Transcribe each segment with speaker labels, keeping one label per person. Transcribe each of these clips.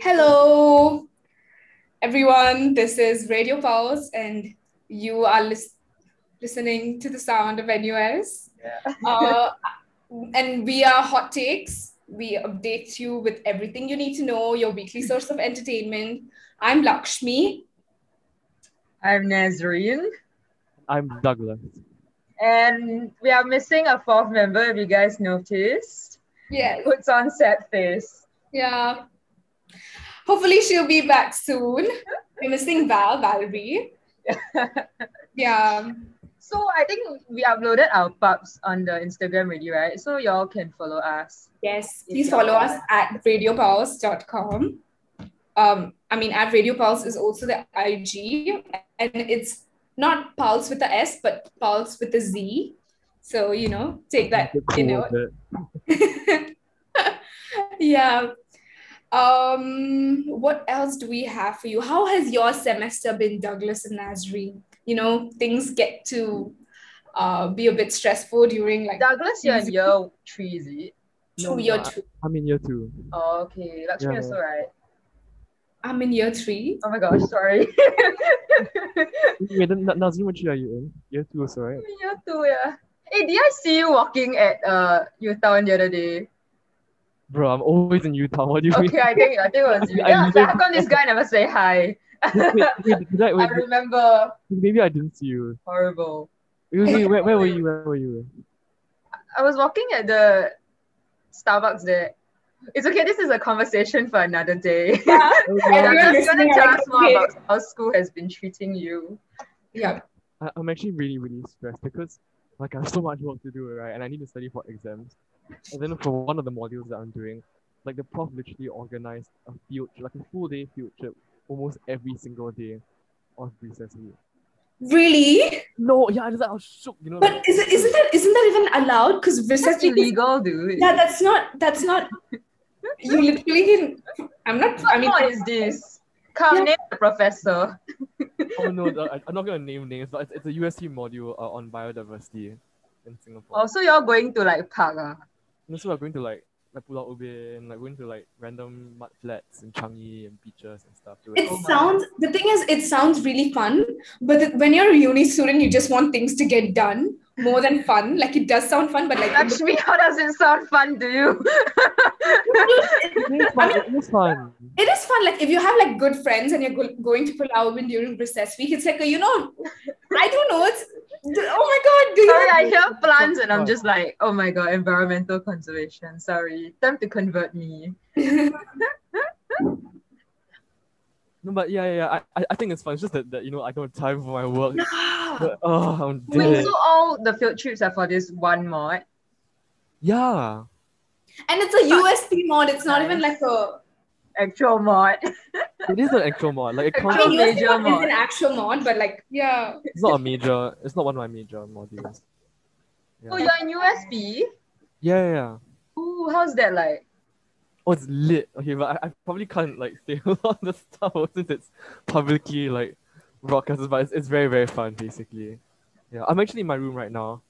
Speaker 1: Hello, everyone. This is Radio Pulse, and you are lis- listening to the sound of NUS. Uh, and we are Hot Takes. We update you with everything you need to know, your weekly source of entertainment. I'm Lakshmi.
Speaker 2: I'm Nazreen.
Speaker 3: I'm Douglas.
Speaker 2: And we are missing a fourth member, if you guys noticed.
Speaker 1: Yes.
Speaker 2: Puts on sad face.
Speaker 1: Yeah. Hopefully, she'll be back soon. We're missing Val, Valerie. Yeah.
Speaker 2: so I think we uploaded our pubs on the Instagram already, right? So y'all can follow us.
Speaker 1: Yes, please follow us at radiopulse.com. Um, I mean, at Radio Pulse is also the IG, and it's not Pulse with the S, but Pulse with the Z. So, you know, take that, you know. yeah. Um, what else do we have for you? How has your semester been, Douglas and Nazreen? You know, things get to uh, be a bit stressful during like
Speaker 2: Douglas, you're in year three, is it?
Speaker 1: two
Speaker 3: No,
Speaker 1: year
Speaker 3: no,
Speaker 1: two.
Speaker 3: I'm in year two.
Speaker 2: Oh, okay. Lakshmi
Speaker 3: Yeah.
Speaker 2: also, right?
Speaker 1: I'm in year three.
Speaker 2: Oh my gosh, sorry.
Speaker 3: Wait, then Na- Nazreen, which year are you in? Year two also, right?
Speaker 2: year two, yeah. Hey, did I see you walking at uh Utown the other day?
Speaker 3: Bro, I'm always in Utah. What do you
Speaker 2: Okay, I think I think it was you.
Speaker 3: I
Speaker 2: Yeah, I was like, how
Speaker 3: remember-
Speaker 2: come this guy never say hi?
Speaker 3: mean? Wait, wait, did I,
Speaker 2: I
Speaker 3: wait,
Speaker 2: remember
Speaker 3: maybe I didn't see you.
Speaker 2: horrible.
Speaker 3: Wait, wait, where, where were you? Where were you?
Speaker 2: I was walking at the Starbucks there. It's okay, this is a conversation for another day.
Speaker 3: Oh,
Speaker 2: and
Speaker 3: yeah,
Speaker 2: I'm
Speaker 1: Everyone
Speaker 2: just gonna
Speaker 1: listening,
Speaker 2: tell
Speaker 1: like,
Speaker 2: us more
Speaker 1: okay.
Speaker 2: about how school has been treating you.
Speaker 1: Yeah.
Speaker 3: I, I'm actually really, really stressed because like I have so much work to do, right? And I need to study for exams. And then for one of the modules that I'm doing, like the prof literally organized a field, like a full day field trip, almost every single day of recess week.
Speaker 1: Really?
Speaker 3: No, yeah, I just I was shook, you know.
Speaker 1: But is it, isn't that isn't that even allowed? Because
Speaker 2: That's
Speaker 1: recess week is,
Speaker 2: illegal, dude.
Speaker 1: yeah, that's not that's not you literally can I'm not I
Speaker 2: what
Speaker 1: mean
Speaker 2: law is this? Come
Speaker 1: Yeah.
Speaker 2: name the professor.
Speaker 3: oh no, no, I, I'm not gonna name names, but it's, it's a USC module uh, on biodiversity in Singapore.
Speaker 2: Also, Oh, you're going to like park. Ah.
Speaker 3: And so we're going to like like Pulau Ubin, like going to like random mud flats in Changi and beaches and stuff. To,
Speaker 1: it
Speaker 2: Oh my.
Speaker 1: sounds the thing is it sounds really fun, but it- when you're a uni student, you just want things to get done more than fun. Like it does sound fun, but like
Speaker 2: Lakshmi, how does it sound fun to you?
Speaker 3: it's fun. It was fun.
Speaker 1: it is fun. Like if you have like good friends and you're go- going to Pulau Ubin during recess week, it's like a, you know, I don't know. It's oh my god, do you
Speaker 2: Sorry, I hear plants and I'm just like, oh my god, environmental conservation. Sorry, time to convert me.
Speaker 3: No, but yeah, yeah, yeah. I- I, I think it's fun. It's just that, that you know I don't have time for my work.
Speaker 1: Ah.
Speaker 3: But, oh, I'm
Speaker 2: Wait,
Speaker 3: dead.
Speaker 2: so all the field trips are for this one mod?
Speaker 3: Yeah.
Speaker 1: And it's a USP mod. It's not even like a.
Speaker 2: Actual mod?
Speaker 3: It is an actual mod. Like it
Speaker 1: I
Speaker 3: counts.
Speaker 2: Actual
Speaker 1: mean, USP
Speaker 2: major
Speaker 1: mod
Speaker 2: mod.
Speaker 1: is an actual mod, but like yeah.
Speaker 3: It's not a major. It's not one of my major modules.
Speaker 2: Oh,
Speaker 3: Yeah.
Speaker 2: you're in USB?
Speaker 3: Yeah, yeah, yeah.
Speaker 2: Ooh, how's that like?
Speaker 3: Oh, it's lit. Okay, but I, I probably can't like say a lot of the stuff since it's publicly like broadcasted. But it's, it's very very fun basically. Yeah, I'm actually in my room right now.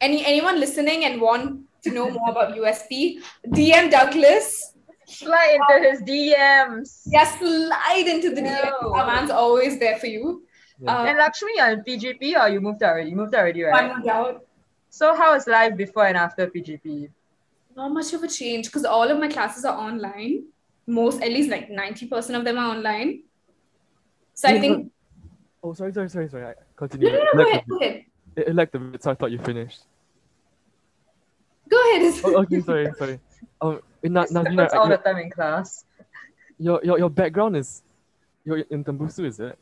Speaker 1: Any anyone listening and want to know more about USP, DM Douglas.
Speaker 2: Slide into his DMs.
Speaker 1: Yeah, slide into the DM.
Speaker 2: No.
Speaker 1: Our man's always there for you.
Speaker 3: Yeah.
Speaker 1: Um,
Speaker 2: And Lakshmi, you're in PGP or you moved already? You moved already, right?
Speaker 1: one doubt.
Speaker 2: So how is life before and after PGP?
Speaker 1: Not much of a change because all of my classes are online. Most, at least like 90% of them are online. So I
Speaker 3: Yeah,
Speaker 1: think.
Speaker 3: Oh, sorry, sorry, sorry, sorry. I continue.
Speaker 1: No, no, no,
Speaker 3: Like
Speaker 1: go
Speaker 3: the
Speaker 1: ahead.
Speaker 3: bit.
Speaker 1: Go ahead.
Speaker 3: It, it lagged a bit, so I thought you finished.
Speaker 1: Go ahead.
Speaker 3: Oh, okay, sorry, sorry. Um, Na-
Speaker 2: This
Speaker 3: Nazreen,
Speaker 2: happens
Speaker 3: I-
Speaker 2: all
Speaker 3: your,
Speaker 2: the time in class.
Speaker 3: your, your, your background is, you're in Tembusu, is it?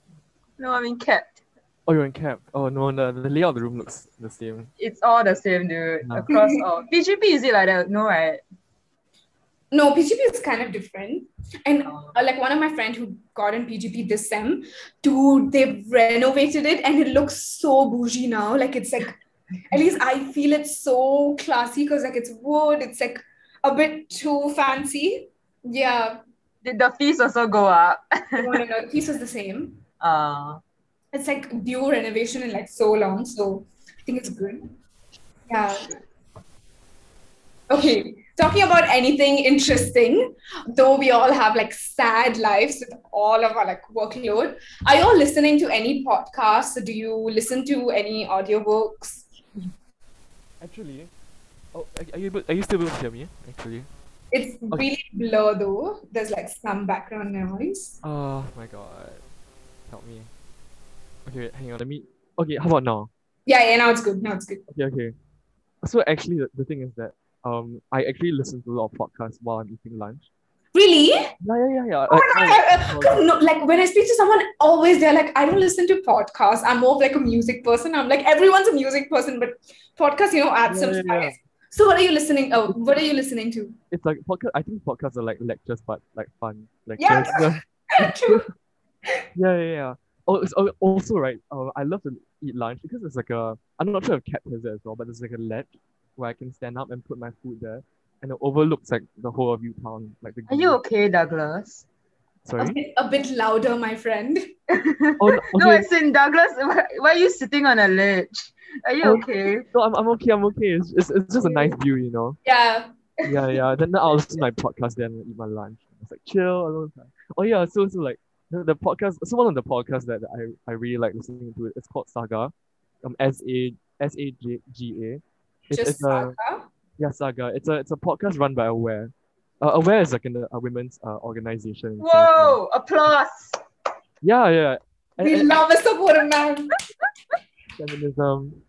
Speaker 2: No, I mean kept.
Speaker 3: Oh, you're in camp. Oh no, the, the layout of the room looks the same.
Speaker 2: It's all the same, dude.
Speaker 3: No.
Speaker 2: Across all. PGP is it like that? No, right?
Speaker 1: No, PGP is kind of different. And
Speaker 2: Oh.
Speaker 1: uh, like one of my friend who got in PGP this sem, dude, they've renovated it and it looks so bougie now. Like it's like, at least I feel it's so classy because like it's wood, it's like a bit too fancy. Yeah,
Speaker 2: Did the fees also go up?
Speaker 1: no, no, no. The piece was the same.
Speaker 2: Uh,
Speaker 1: It's like due renovation in like so long, so I think it's good. Yeah. Okay, talking about anything interesting, though we all have like sad lives with all of our like workload. Are you all listening to any podcasts? Do you listen to any audiobooks?
Speaker 3: Actually, oh, are- are you able, are you still able to hear me? Actually,
Speaker 1: It's really blur though. There's like some background noise.
Speaker 3: oh my god, help me. Okay, wait, hang on. Let me. Okay, how about now?
Speaker 1: Yeah, yeah, now it's good. Now it's good.
Speaker 3: Okay, okay. So actually, the, the thing is that um, I actually listen to a lot of podcasts while I'm eating lunch.
Speaker 1: Really?
Speaker 3: Yeah, yeah, yeah, yeah.
Speaker 1: Oh
Speaker 3: like,
Speaker 1: my
Speaker 3: oh,
Speaker 1: God,
Speaker 3: oh,
Speaker 1: God, no, like when I speak to someone, always they're like, I don't listen to podcasts. I'm more of like a music person. I'm like, everyone's a music person, but podcasts, you know, add
Speaker 3: Yeah,
Speaker 1: some
Speaker 3: yeah,
Speaker 1: spice.
Speaker 3: yeah.
Speaker 1: So what are you listening? Oh, what are you listening to?
Speaker 3: it's like podcast. I think podcasts are like lectures, but like fun. Like
Speaker 1: Yeah.
Speaker 3: yeah,
Speaker 1: True.
Speaker 3: yeah, yeah. yeah. Oh, it's al- also right. Uh, I love to eat lunch because it's like a. I'm not sure if Cat has it as well, but there's like a ledge where I can stand up and put my food there, and it overlooks like the whole of U Town. Like the
Speaker 2: Are you
Speaker 3: view.
Speaker 2: okay, Douglas?
Speaker 1: A
Speaker 3: sorry?
Speaker 1: bit, a bit louder, my friend.
Speaker 3: Oh, no,
Speaker 2: No,
Speaker 3: okay.
Speaker 2: it's in Douglas. Why, why are you sitting on a ledge? Are you
Speaker 3: Oh.
Speaker 2: okay?
Speaker 3: no, I'm, I'm okay. I'm okay. It's, it's, it's just a nice view, you know.
Speaker 1: Yeah.
Speaker 3: yeah, yeah. Then I'll listen to my podcast then and eat my lunch. It's like chill alone time. Oh yeah, so so like the, the podcast so one of the podcasts that I, I really like listening to it. It's called Saga. Um S A S A G G A. It's,
Speaker 1: Just
Speaker 3: it's a
Speaker 1: Saga.
Speaker 3: yeah, Saga. It's a it's a podcast run by Aware. Uh, Aware is like an, a women's uh, organization. in Singapore.
Speaker 2: Whoa! Applause.
Speaker 3: Yeah, yeah. And,
Speaker 1: We
Speaker 3: and
Speaker 1: love a supporter man.
Speaker 3: feminism.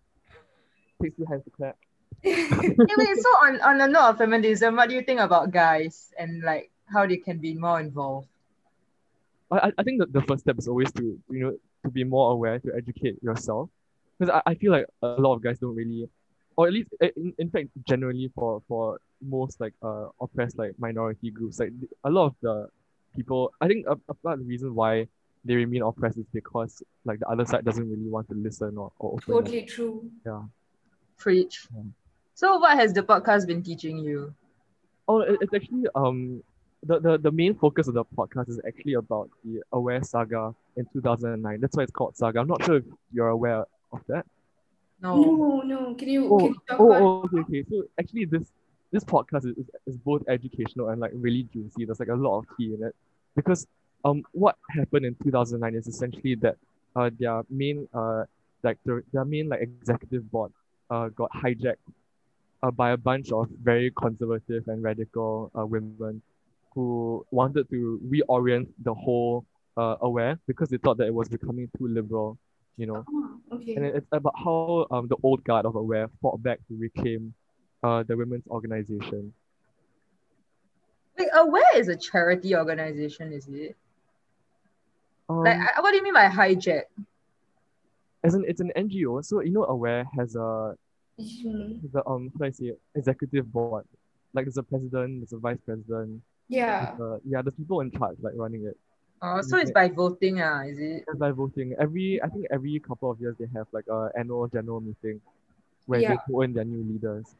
Speaker 3: Takes two hands to clap.
Speaker 2: Hey, wait, so on on the note of feminism, what do you think about guys and like how they can be more involved?
Speaker 3: I, I- I think that the first step is always to you know to be more aware to educate yourself because I, I feel like a lot of guys don't really or at least i- in, in fact generally for for most like uh oppressed like minority groups like th- a lot of the people I think a, a part of the reason why they remain oppressed is because like the other side doesn't really want to listen or, or open up.
Speaker 1: Totally true.
Speaker 2: Preach.
Speaker 3: Hmm.
Speaker 2: So what has the podcast been teaching you?
Speaker 3: Oh, it, it's actually um the, the the main focus of the podcast is actually about the Aware Saga in two thousand and nine. That's why it's called Saga. I'm not sure if you're aware of that.
Speaker 2: No.
Speaker 1: No, no. Can you,
Speaker 3: Oh,
Speaker 1: can you talk
Speaker 3: oh,
Speaker 1: about
Speaker 3: oh, okay, okay. So actually, this this podcast is, is- is both educational and like really juicy. There's like a lot of tea in it because um, what happened in two thousand nine is essentially that uh, their main uh, like their, their main like executive board uh, got hijacked uh, by a bunch of very conservative and radical uh, women who wanted to reorient the whole uh, aware because they thought that it was becoming too liberal, you know
Speaker 1: Oh, okay.
Speaker 3: and it- it's about how um, the old guard of aware fought back to reclaim uh, the women's organization
Speaker 2: Wait, Aware is a charity organization, is it?
Speaker 3: um,
Speaker 2: Like, I- what do you mean by hijack?
Speaker 3: as an it's an ngo so you know aware has a
Speaker 1: Mhm.
Speaker 3: has a, um how do i say it? executive board like there's a president there's a vice president
Speaker 1: Yeah.
Speaker 3: there's a- yeah there's people in charge like running it
Speaker 2: Oh, so it's by voting, ah, is it?
Speaker 3: and by voting every i think every couple of years they have like a annual general meeting where they
Speaker 1: Yeah.
Speaker 3: vote in their new leaders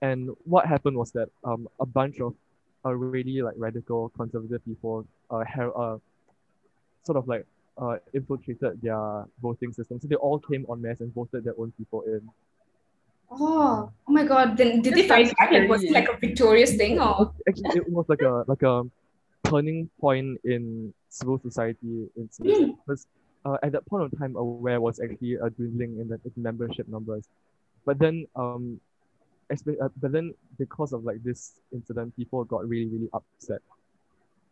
Speaker 3: and what happened was that um a bunch of uh, really like radical conservative people uh, have uh, sort of like uh, infiltrated their voting system so they all came en masse and voted their own people in
Speaker 1: Oh, oh my God. Then did
Speaker 2: This
Speaker 1: they find
Speaker 2: sounds
Speaker 1: back? Like, was it
Speaker 2: scary.
Speaker 1: like a victorious thing or?
Speaker 3: actually it was like a like a turning point in civil society in Singapore because uh, at that point of time aware was actually a dwindling in the its membership numbers but then um espe- uh, but then because of like this incident people got really really upset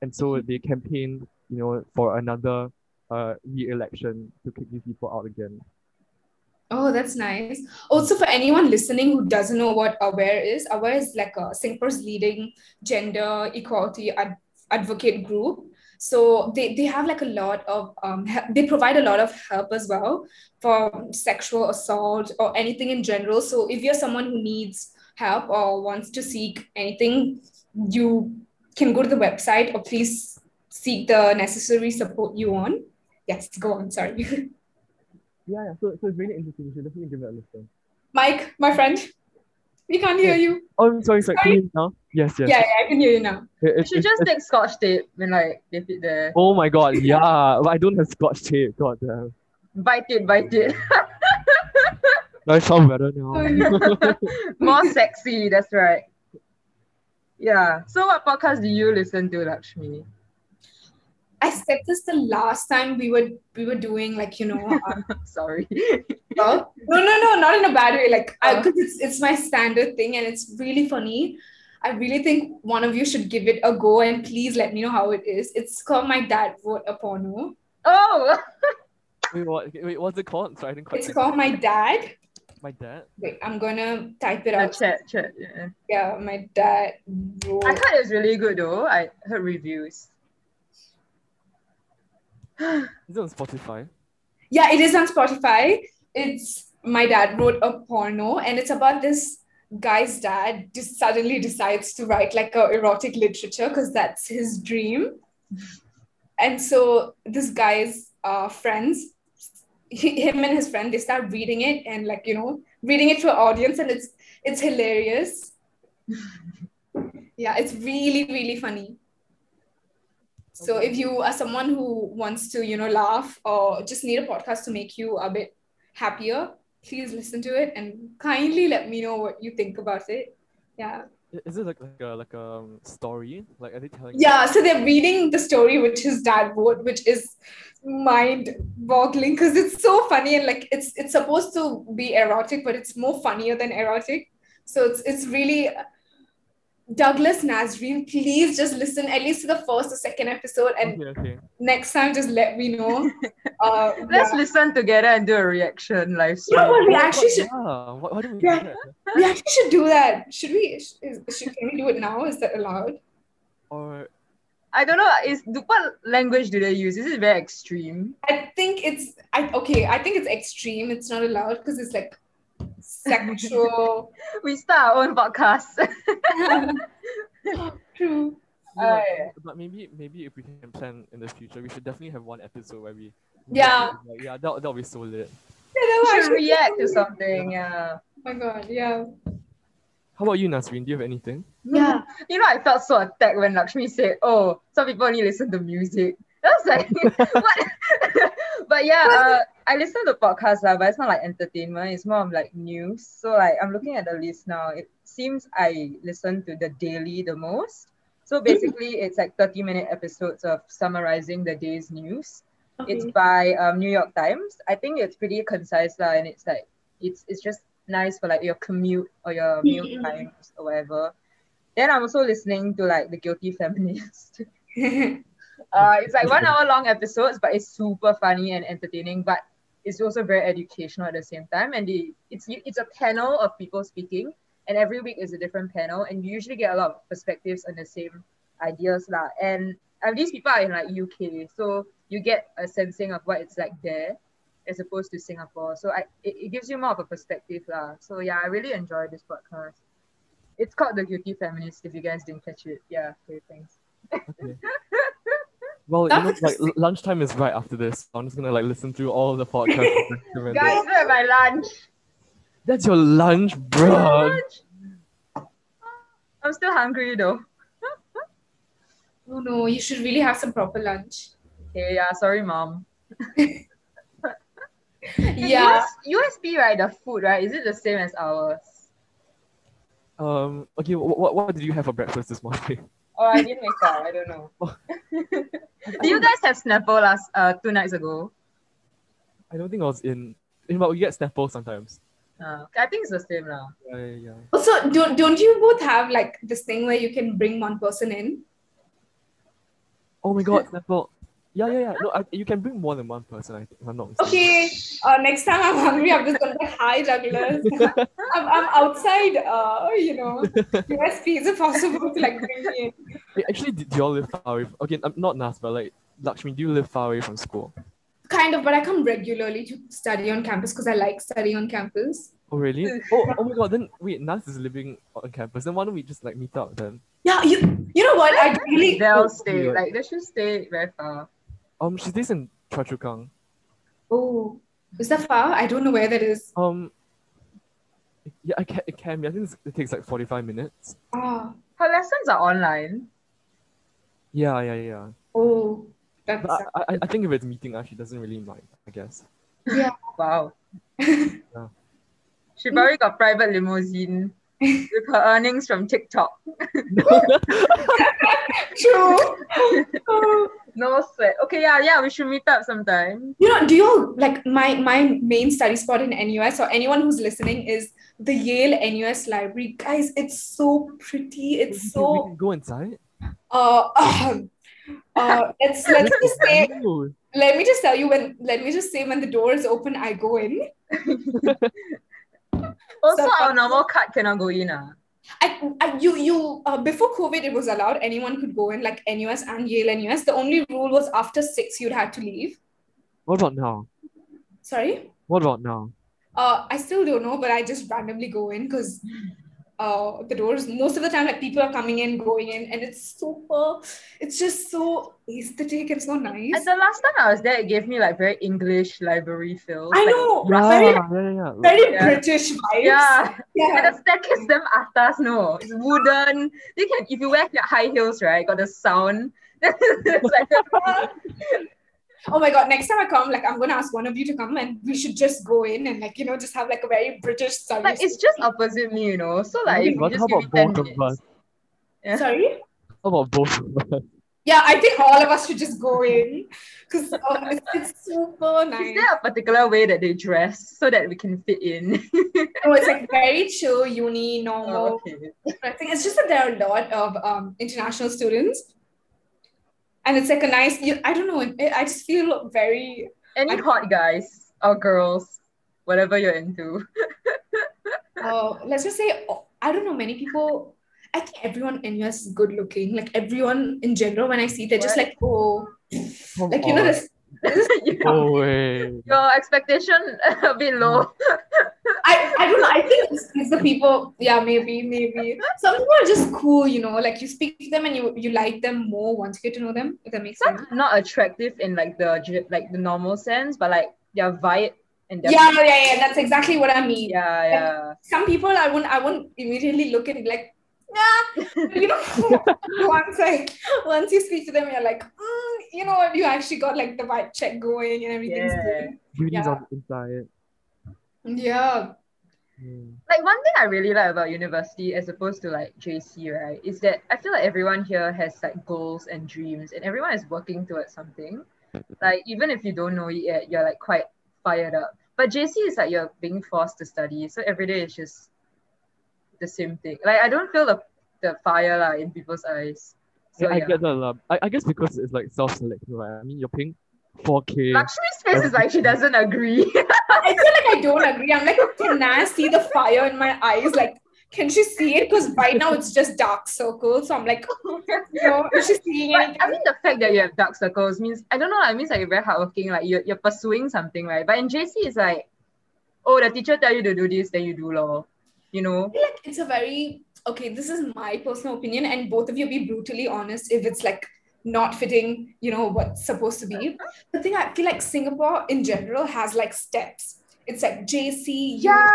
Speaker 3: and so they campaigned you know for another uh re-election to kick these people out again
Speaker 1: Oh, that's nice. Also, for anyone listening who doesn't know what Aware is, Aware is like a Singapore's leading gender equality ad- advocate group. So they, they have like a lot of um, he- they provide a lot of help as well for sexual assault or anything in general. So if you're someone who needs help or wants to seek anything, you can go to the website or please seek the necessary support you want. Yes, go on. Sorry,
Speaker 3: yeah, yeah. So, so it's really interesting you should definitely give it a listen
Speaker 1: Mike, my friend, we can't hear you.
Speaker 3: oh i'm sorry sorry can
Speaker 1: Sorry.
Speaker 3: you now yes yes
Speaker 1: Yeah, yeah, I can hear you now.
Speaker 3: It-
Speaker 2: You
Speaker 3: it-
Speaker 2: should
Speaker 3: it's-
Speaker 2: just take scotch tape and like tape it there.
Speaker 3: Oh my god, yeah. But I don't have scotch tape. God damn.
Speaker 2: Bite it, bite it.
Speaker 3: Do I sound better now?
Speaker 1: Oh, yeah.
Speaker 2: more sexy, that's right. Yeah. So what podcast do you listen to, Lakshmi?
Speaker 1: I said this the last time we were we were doing like you know um,
Speaker 2: Sorry.
Speaker 1: no no no not in a bad way like
Speaker 2: Oh.
Speaker 1: because it's it's my standard thing and it's really funny. I really think one of you should give it a go and please let me know how it is. It's called My Dad Wrote a Porno.
Speaker 2: oh,
Speaker 3: Wait, what? Wait, what's it called? Sorry, I didn't quite.
Speaker 1: It's
Speaker 3: catch
Speaker 1: called My Dad.
Speaker 3: it. My dad.
Speaker 1: Wait, I'm gonna type it
Speaker 2: the
Speaker 1: out.
Speaker 2: chat, chat. Yeah.
Speaker 1: Yeah, my dad wrote.
Speaker 2: I heard it was really good though. I heard reviews.
Speaker 3: Is it on Spotify?
Speaker 1: yeah, it is on Spotify. It's my dad wrote a porno, and it's about this guy's dad just suddenly decides to write like a erotic literature because that's his dream. And so this guy's uh, friends, he- him and his friend, they start reading it and like you know reading it to an audience, and it's it's hilarious. yeah, it's really really funny. So if you are someone who wants to, you know, laugh or just need a podcast to make you a bit happier, please listen to it and kindly let me know what you think about it. Yeah.
Speaker 3: I- Is it like like a like a um, story? Like are they telling?
Speaker 1: Yeah. So they're reading the story which his dad wrote, which is mind-boggling because it's so funny and like it's it's supposed to be erotic, but it's more funnier than erotic. So it's it's really uh, Douglas Nazreen, please just listen at least to the first or second episode and
Speaker 3: Okay, okay.
Speaker 1: next time just let me know. Uh,
Speaker 2: Let's
Speaker 1: yeah.
Speaker 2: listen together and do a reaction
Speaker 1: You
Speaker 2: live stream.
Speaker 1: know what? We actually should
Speaker 3: Yeah. Why, why don't we?
Speaker 1: Yeah.
Speaker 3: Do that?
Speaker 1: we actually should do that. Should we? Is, should, can we do it now? Is that allowed?
Speaker 3: Or
Speaker 2: I don't know. Is do, what language do they use? Is it very extreme?
Speaker 1: I think it's I okay. I think it's extreme. It's not allowed because it's like sexual.
Speaker 2: We start our own podcast.
Speaker 1: True.
Speaker 3: you know, like,
Speaker 2: Aye.
Speaker 3: but maybe maybe if we can plan in the future, we should definitely have one episode where we.
Speaker 1: Yeah.
Speaker 3: Like, yeah, that that'll be so
Speaker 1: Yeah,
Speaker 3: lit.
Speaker 1: that
Speaker 2: we
Speaker 1: was
Speaker 2: should
Speaker 1: actually-
Speaker 2: react to something. Yeah.
Speaker 1: Oh my god! Yeah.
Speaker 3: How about you, Nasreen? Do you have anything?
Speaker 1: Yeah.
Speaker 2: You know, I felt so attacked when Lakshmi said, "Oh, some people only listen to music." I was like, "What?" but yeah, uh, I listen to podcasts lah, but it's not like entertainment. It's more of like news. So like, I'm looking at the list now. It seems I listen to the daily the most. So basically, it's like 30 minute episodes of summarizing the day's news. It's
Speaker 1: Okay.
Speaker 2: by um, New York Times. I think it's pretty concise lah, and it's like it's it's just nice for like your commute or your meal
Speaker 1: Mm-mm.
Speaker 2: times or whatever. Then I'm also listening to like the Guilty Feminist. Uh, it's like one hour long episodes, but it's super funny and entertaining. But it's also very educational at the same time. And the it's it's a panel of people speaking, and every week is a different panel, and you usually get a lot of perspectives on the same ideas lah. And uh, these people are in like UK, so you get a sensing of what it's like there, as opposed to Singapore. So I it, it gives you more of a perspective lah. So yeah, I really enjoy this podcast. It's called The Guilty Feminist. If you guys didn't catch it, yeah, okay, thanks.
Speaker 3: Well, you know,
Speaker 1: That's
Speaker 3: like
Speaker 1: interesting.
Speaker 3: lunchtime is right after this. I'm just gonna like listen through all the podcasts. recommended.
Speaker 2: Guys, look at my lunch.
Speaker 3: That's your lunch, bro.
Speaker 2: I'm still hungry though.
Speaker 1: Oh no! You should really have some proper lunch.
Speaker 2: Okay, yeah, sorry, mom.
Speaker 1: Yeah.
Speaker 2: US, USP, right? The food, right? Is it the same as ours?
Speaker 3: Um. Okay. What what did you have for breakfast this morning?
Speaker 2: Or I didn't make up. I don't know.
Speaker 3: Oh.
Speaker 2: Do you guys have Snapple last uh two nights ago?
Speaker 3: I don't think I was in. In but we get Snapple sometimes.
Speaker 2: Uh, okay, I think it's the same now.
Speaker 3: Yeah, yeah, yeah.
Speaker 1: Also, don't don't you both have like this thing where you can bring one person in?
Speaker 3: Oh my god, Snapple. Yeah, yeah, yeah. No, I, you can bring more than one person. I think. If I'm not mistaken.
Speaker 1: Okay. Uh, next time I'm hungry, I'm just gonna be like, hi Douglas. I'm, I'm outside. Uh, you know, USP is it possible to like bring me in?
Speaker 3: Wait, actually, do, do y'all live far away? From, okay, I'm not Nas, but like Lakshmi, do you live far away from school?
Speaker 1: Kind of, but I come regularly to study on campus because I like studying on campus.
Speaker 3: Oh really? Oh, oh my god. Then wait, Nas is living on campus. Then why don't we just like meet up then?
Speaker 1: Yeah, you you know what? I really Oh,
Speaker 2: They'll
Speaker 3: cool
Speaker 2: stay.
Speaker 3: here.
Speaker 2: Like they should stay very far.
Speaker 3: Um, she stays in Choa Chu Kang.
Speaker 1: oh is that far? I don't know where that is.
Speaker 3: Um, yeah, I can, it can be. I think it's, it takes like forty-five minutes.
Speaker 1: Ah,
Speaker 2: Her lessons are online.
Speaker 3: Yeah, yeah, yeah.
Speaker 1: oh, that's
Speaker 3: But I, I, I think if it's meeting us, she doesn't really mind. I guess.
Speaker 1: yeah.
Speaker 2: Wow. She probably got private limousine. with her earnings from TikTok.
Speaker 1: True.
Speaker 2: No sweat. Okay, yeah, yeah, we should meet up sometime.
Speaker 1: you know, do you all like my my main study spot in NUS or anyone who's listening is the Yale NUS library. Guys, it's so pretty. It's
Speaker 3: we
Speaker 1: so
Speaker 3: can go inside.
Speaker 1: uh, uh it's let's just say
Speaker 3: Ooh,
Speaker 1: let me just tell you when let me just say when the door is open, I go in.
Speaker 2: Also,
Speaker 1: So- uh,
Speaker 2: our normal card cannot go in. ah.
Speaker 1: I, I you you uh, before COVID it was allowed anyone could go in like NUS and Yale NUS. The only rule was after six you'd had to leave.
Speaker 3: What about now?
Speaker 1: Sorry,
Speaker 3: What about now?
Speaker 1: uh, I still don't know, but I just randomly go in because uh, the doors most of the time like people are coming in, going in, and it's super. It's just so aesthetic and so nice.
Speaker 2: And the last time I was there, it gave me like very English library feel.
Speaker 1: I
Speaker 2: Like,
Speaker 1: know,
Speaker 3: Yeah,
Speaker 1: very
Speaker 3: yeah, yeah. yeah.
Speaker 1: very
Speaker 2: Yeah.
Speaker 1: British vibes.
Speaker 2: yeah,
Speaker 1: Yeah.
Speaker 2: and the staircase them atas no, it's wooden. You can if you wear your high heels, right? Got the sound. it's like
Speaker 1: Oh my god! Next time I come, like I'm gonna ask one of you to come, and we should just go in and like you know just have like a very British service.
Speaker 2: like it's just opposite me, you know. So like, if you
Speaker 3: But
Speaker 2: just
Speaker 3: how
Speaker 2: give me
Speaker 3: about
Speaker 2: 10
Speaker 3: both of
Speaker 2: minutes-
Speaker 3: us?
Speaker 2: Yeah.
Speaker 1: sorry.
Speaker 3: How about both of us?
Speaker 1: Yeah, I think all of us should just go in because um, it's, it's super
Speaker 2: Is
Speaker 1: nice.
Speaker 2: there a particular way that they dress so that we can fit in?
Speaker 1: No, it's like very chill, uni,
Speaker 2: oh,
Speaker 1: normal.
Speaker 2: okay.
Speaker 1: I think it's just that there are a lot of um, international students, and it's like a nice. you- I don't know. It, I just feel very.
Speaker 2: Any
Speaker 1: I-
Speaker 2: hot guys or girls, whatever you're into.
Speaker 1: Uh, let's just say oh, I don't know. Many people. I think everyone in US is good looking. Like everyone in general, when I see, they're just
Speaker 2: What?
Speaker 1: like oh,
Speaker 3: Come
Speaker 1: like you know
Speaker 3: on.
Speaker 1: this.
Speaker 2: You know,
Speaker 3: No way.
Speaker 2: Your expectation a bit low.
Speaker 1: I, I don't know. I think it's, it's the people. Yeah, maybe, maybe. Some people are just cool, you know. Like you speak to them and you you like them more once you get to know them. If that makes sense.
Speaker 2: Some are not attractive in like the ge- like the normal sense, but like their vibe and their
Speaker 1: Yeah, yeah, yeah. That's exactly what I mean.
Speaker 2: yeah, yeah.
Speaker 1: Some people I won't I won't immediately look and be like, nah. But you know, once I once you speak to them, you're like, mm, you know what? You actually got like the vibe check going and everything's
Speaker 2: Yeah.
Speaker 1: good.
Speaker 3: Beauty's
Speaker 1: Yeah.
Speaker 3: on the inside.
Speaker 1: Yeah.
Speaker 3: Mm.
Speaker 2: Like one thing I really like about university as opposed to like JC, right, is that I feel like everyone here has like goals and dreams and everyone is working towards something. Like even if you don't know it yet, you're like quite fired up. But JC is like you're being forced to study. So every day is just the same thing. Like I don't feel the, the fire lah in people's eyes. So
Speaker 3: Yeah, I
Speaker 2: yeah.
Speaker 3: get that. lah. I, I guess because it's like self-selection, right? I mean, you're paying 4K.
Speaker 2: Luxury space is like she doesn't agree.
Speaker 1: I feel like I don't agree. I'm like, can I see the fire in my eyes? Like, can she see it? Because right now it's just dark circles. So I'm like, you know, is she seeing
Speaker 2: But, I
Speaker 1: anything?
Speaker 2: mean, the fact that you have dark circles means I don't know. It means like you're very hardworking, like you're, you're pursuing something, right? But in JC, it's like, oh, the teacher tell you to do this, then you do law. You know,
Speaker 1: feel like it's a very okay. This is my personal opinion, and both of you be brutally honest if it's like not fitting, you know, what's supposed to be. The thing I feel like Singapore in general has like steps. It's like JC, uni,
Speaker 2: Yeah.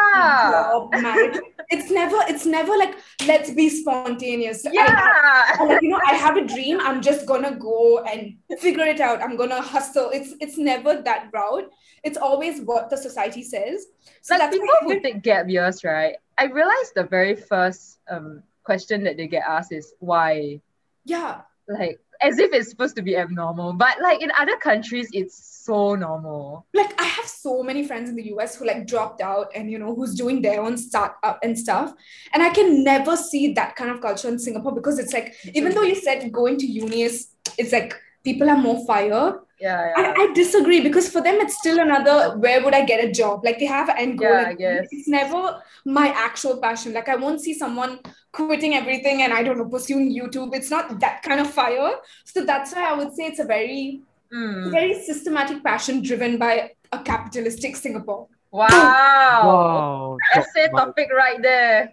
Speaker 1: job, marriage. It's never, it's never like let's be spontaneous. I-
Speaker 2: yeah,
Speaker 1: I'm like, you know, I have a dream. I'm just gonna go and figure it out. I'm gonna hustle. It's it's never that route. It's always what the society says. So
Speaker 2: like
Speaker 1: that's
Speaker 2: people
Speaker 1: why-
Speaker 2: who take gap years, right? I realized the very first um question that they get asked is why,
Speaker 1: yeah,
Speaker 2: like as if it's supposed to be abnormal, but like in other countries, it's so normal.
Speaker 1: like I have so many friends in the US who like dropped out and you know who's doing their own startup and stuff. And I can never see that kind of culture in Singapore because it's like even though you said going to uni is it's like people are more fire.
Speaker 2: Yeah,
Speaker 1: I,
Speaker 2: yeah.
Speaker 1: I disagree because for them it's still another where would I get a job? Like they have an end goal.
Speaker 2: Yeah, I
Speaker 1: and
Speaker 2: guess.
Speaker 1: It's never my actual passion. Like I won't see someone quitting everything and I don't know, pursuing YouTube. It's not that kind of fire. So that's why I would say it's a very
Speaker 2: Mm.
Speaker 1: very systematic passion driven by a capitalistic Singapore.
Speaker 2: Wow.
Speaker 3: Wow.
Speaker 2: Essay
Speaker 3: Drop mic.
Speaker 2: topic right there.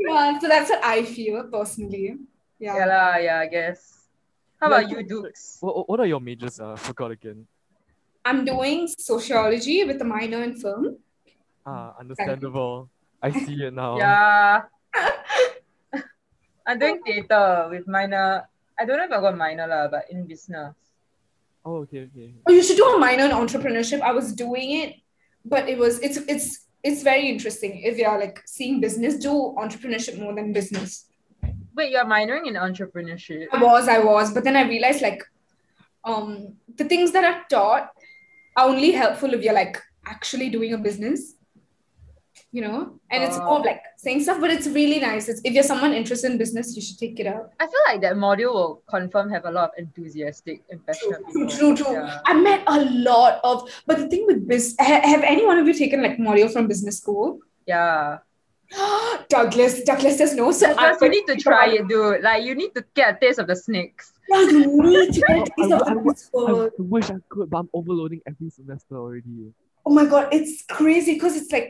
Speaker 1: Yeah, Uh, so that's what I feel personally. Yeah.
Speaker 2: Yeah, lah, yeah, I guess. How
Speaker 3: Yeah,
Speaker 2: about you,
Speaker 3: so-
Speaker 2: Dukes?
Speaker 3: What, what are your majors? Uh, I forgot again.
Speaker 1: I'm doing sociology with a minor in film.
Speaker 3: Ah, understandable. I see it now.
Speaker 2: Yeah. I'm doing theater with minor. I don't know if I got minor lah, but in business.
Speaker 3: Oh, okay, okay.
Speaker 1: Oh, you should do a minor in entrepreneurship. I was doing it, but it was it's it's it's very interesting if you're like seeing business do entrepreneurship more than business
Speaker 2: Wait, you're minoring in entrepreneurship.
Speaker 1: I was, I was, but then I realized like um the things that are taught are only helpful if you're like actually doing a business. You know? And it's
Speaker 2: Oh.
Speaker 1: more of, like saying stuff, but it's really nice. It's if you're someone interested in business, you should take it up.
Speaker 2: I feel like that module will confirm have a lot of enthusiastic and passionate
Speaker 1: True,
Speaker 2: people.
Speaker 1: true, true.
Speaker 2: Yeah.
Speaker 1: I met a lot of but the thing with biz ha- have any one of you taken like module from business school?
Speaker 2: yeah.
Speaker 1: Douglas, Douglas says no. So I-
Speaker 2: Just, you need to try it, dude. Like you need to get a taste of the snakes.
Speaker 1: Yeah, you need to get a taste of
Speaker 3: I- I-
Speaker 1: business
Speaker 3: I
Speaker 1: school.
Speaker 3: wish I could, but I'm overloading every semester already.
Speaker 1: oh my god it's crazy because it's like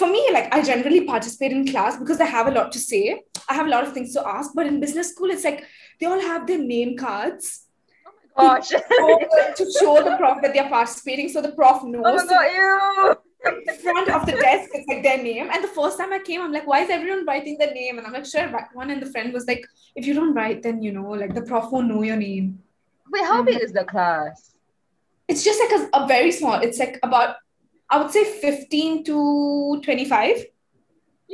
Speaker 1: for me like i generally participate in class because i have a lot to say i have a lot of things to ask but in business school it's like they all have their name cards
Speaker 2: Oh Gosh.
Speaker 1: so, to show the prof that they're participating so the prof knows
Speaker 2: Oh my god, ew.
Speaker 1: So in front of the desk it's like their name and the first time i came i'm like why is everyone writing their name and i'm like sure write one and the friend was like if you don't write then you know like the prof won't know your name
Speaker 2: Wait, how big is the class?
Speaker 1: it's just like a, a very small it's like about i would say 15 to 25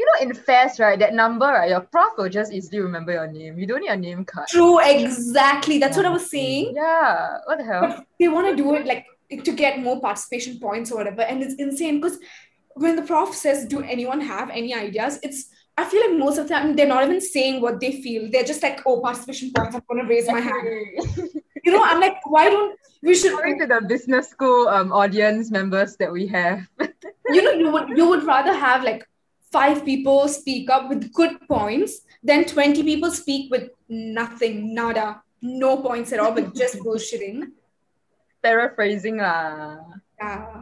Speaker 2: You know, in FAS, right, that number, right, your prof will just easily remember your name. You don't need a name card.
Speaker 1: True, exactly. That's what I was saying.
Speaker 2: Yeah, what the hell?
Speaker 1: They want to do it like to get more participation points or whatever. And it's insane because when the prof says, Do anyone have any ideas? It's I feel like most of the time they're not even saying what they feel. They're just like, Oh, participation points, I'm gonna raise my hand. You know, I'm like, why don't we should
Speaker 2: Sorry to the business school um, audience members that we have.
Speaker 1: you know you would you would rather have like five people speak up with good points than 20 people speak with nothing, nada, no points at all, but just bullshitting.
Speaker 2: Paraphrasing lah.
Speaker 1: Yeah.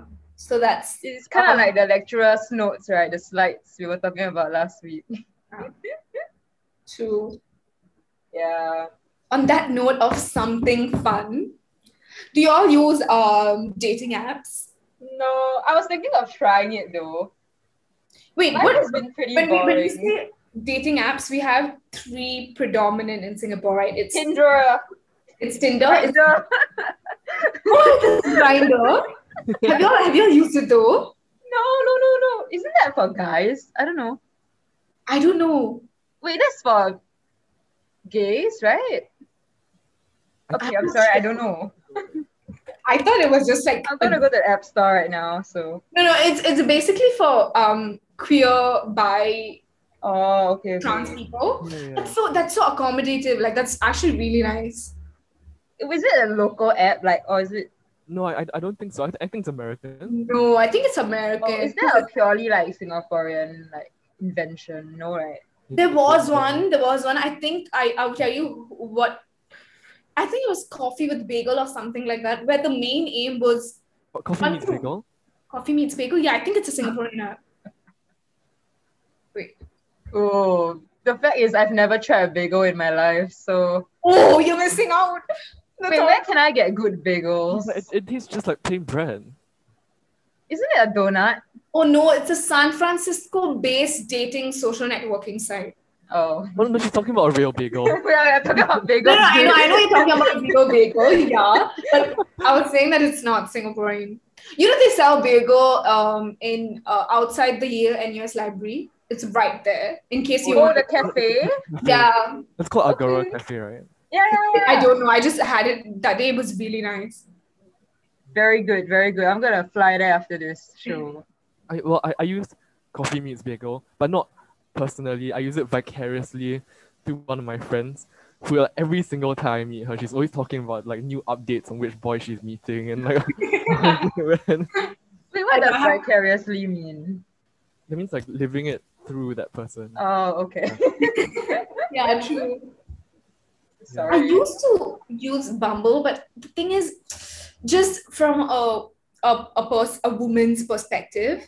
Speaker 1: So that's
Speaker 2: It's kind of
Speaker 1: Um,
Speaker 2: like the lecturer's notes, right? The slides we were talking about last week.
Speaker 1: true.
Speaker 2: Yeah.
Speaker 1: on that note of something fun, do you all use um, dating apps?
Speaker 2: No, I was thinking of trying it though.
Speaker 1: Wait,
Speaker 2: Mine
Speaker 1: what?
Speaker 2: has been pretty
Speaker 1: When we, when we
Speaker 2: boring.
Speaker 1: say dating apps, we have three predominant in Singapore, right? It's
Speaker 2: Tinder,
Speaker 1: it's Tinder, it's
Speaker 2: Tinder.
Speaker 1: Grindr. have you all have you all used it though?
Speaker 2: No, no, no, no. Isn't that for guys? I don't know.
Speaker 1: I don't know.
Speaker 2: Wait, that's for gays, right? Okay, I'm sorry. I don't know.
Speaker 1: I thought it was just like
Speaker 2: I'm gonna go to the app store right now. So.
Speaker 1: no, no. It's it's basically for um queer bi
Speaker 2: Oh, okay. okay.
Speaker 1: trans people.
Speaker 3: Yeah, yeah.
Speaker 1: That's so that's so accommodative. Like that's actually really nice.
Speaker 2: Was it a local app, like, or is it?
Speaker 3: No, I, I- I don't think so. I, th- I think it's American.
Speaker 1: No, I think it's
Speaker 2: Or
Speaker 1: American.
Speaker 2: Oh, is that a purely like Singaporean like invention? No, right?
Speaker 1: There was one. There was one. I think I I'll tell you what. I think it was coffee with bagel or something like that, where the main aim was
Speaker 3: Co- Coffee
Speaker 1: One
Speaker 3: meets
Speaker 1: too.
Speaker 3: bagel.
Speaker 1: coffee meets bagel. Yeah, I think it's a Singaporean app.
Speaker 2: Oh, the fact is, I've never tried a bagel in my life. So,
Speaker 1: Oh, you're missing out. That's
Speaker 2: wait,
Speaker 1: all.
Speaker 2: where can I get good bagels?
Speaker 3: It, it tastes just like plain bread.
Speaker 2: Isn't it a donut?
Speaker 1: Oh no, it's a San Francisco-based dating social networking site.
Speaker 2: Oh,
Speaker 3: Oh, no, she's talking about a real bagel.
Speaker 2: we are talking about bagels.
Speaker 1: No, no, I know, I know
Speaker 2: dude.
Speaker 1: you're talking about real bagel. Yeah, but I was saying that it's not Singaporean. You know they sell bagel um in uh, outside the Yale NUS library. It's right there in case you
Speaker 2: Oh,
Speaker 1: want.
Speaker 2: the cafe.
Speaker 1: Yeah.
Speaker 3: It's called Agora
Speaker 2: Okay.
Speaker 3: Cafe, right?
Speaker 2: Yeah, yeah, yeah.
Speaker 1: I don't know. I just had it that day. It was really nice.
Speaker 2: Very good, very good. I'm gonna fly there after this show.
Speaker 3: I, well, I, I use coffee meets bagel, but not personally. I use it vicariously to one of my friends who like, every single time I meet her, she's always talking about like new updates on which boy she's meeting and like
Speaker 2: Wait, what
Speaker 3: when-
Speaker 1: I
Speaker 2: does
Speaker 1: don't have-
Speaker 2: vicariously mean?
Speaker 3: that means like living it through that person.
Speaker 2: Oh, okay.
Speaker 1: Yeah, true. I
Speaker 2: Sorry.
Speaker 1: used to use Bumble, but the thing is, just from a a a, pers- a woman's perspective,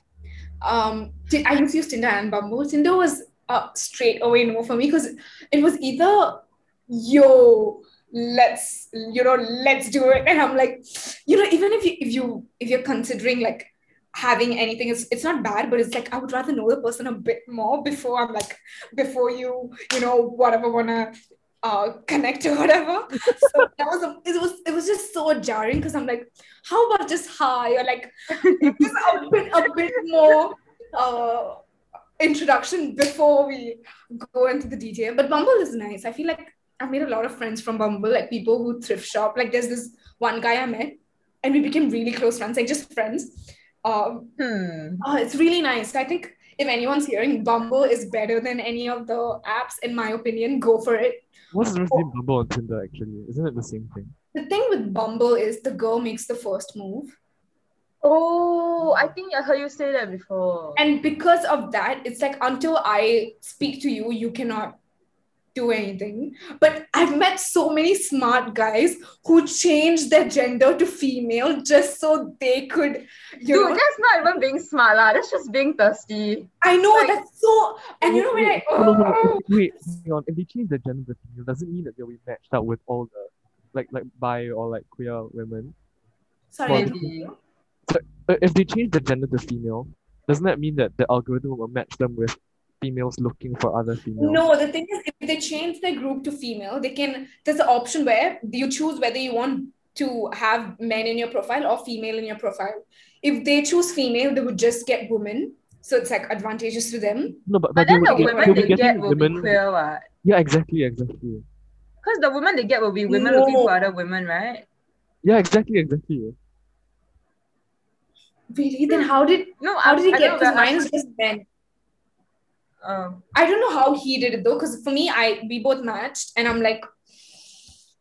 Speaker 1: um, Ti- I used to use Tinder and Bumble. Tinder was uh, straight away no for me because it was either yo let's you know let's do it and i'm like you know even if you if you if you're considering like having anything it's, it's not bad but it's like i would rather know the person a bit more before i'm like before you you know whatever wanna uh connect or whatever so that was a, it was it was just so jarring because i'm like how about just hi or like just a bit a bit more uh, introduction before we go into the detail. But Bumble is nice. I feel like I've made a lot of friends from Bumble, like people who thrift shop. Like there's this one guy I met, and we became really close friends, like just friends. Um,
Speaker 2: Hmm.
Speaker 1: Oh, it's really nice. I think if anyone's hearing, Bumble is better than any of the apps, in my opinion. Go for it.
Speaker 3: What's the same
Speaker 2: Oh.
Speaker 3: Bumble on Tinder actually? Isn't it the same thing?
Speaker 1: The thing with Bumble is the girl makes the first move.
Speaker 2: Oh, I think I heard you say that before.
Speaker 1: And because of that, it's like until I speak to you, you cannot do anything. But I've met so many smart guys who changed their gender to female just so they could, you
Speaker 2: Dude,
Speaker 1: know.
Speaker 2: that's not even being smart, lah. That's just being thirsty.
Speaker 1: I know
Speaker 2: like-
Speaker 1: that's so. And you know when I. oh,
Speaker 3: Hold on, hold on.
Speaker 2: Oh.
Speaker 3: Wait, hang on. If they change the gender to female, does it mean that they'll be matched up with all the like like bi or like queer women?
Speaker 1: sorry.
Speaker 3: Well,
Speaker 2: Maybe.
Speaker 3: Uh, If they change the gender to female, doesn't that mean that the algorithm will match them with females looking for other females?
Speaker 1: No, the thing is, if they change their group to female, they can. There's an option where you choose whether you want to have men in your profile or female in your profile. If they choose female, they would just get women. So it's like advantageous to them.
Speaker 3: No, but,
Speaker 2: But
Speaker 3: they
Speaker 2: then
Speaker 3: would
Speaker 2: the
Speaker 3: get-
Speaker 2: women
Speaker 3: they'll be
Speaker 2: they
Speaker 3: getting
Speaker 2: get will be queer, what?
Speaker 3: Yeah, exactly, exactly.
Speaker 2: Because the women they get will be women looking
Speaker 1: No.
Speaker 2: for other women, right?
Speaker 3: Yeah, exactly, exactly.
Speaker 1: Really? Then how did
Speaker 2: No,
Speaker 1: how did he
Speaker 2: I, I
Speaker 1: get?
Speaker 2: don't know,
Speaker 1: Because
Speaker 2: but-
Speaker 1: mine is just men.
Speaker 2: um,
Speaker 1: I don't know how he did it though. Because for me, I we both matched, and I'm like.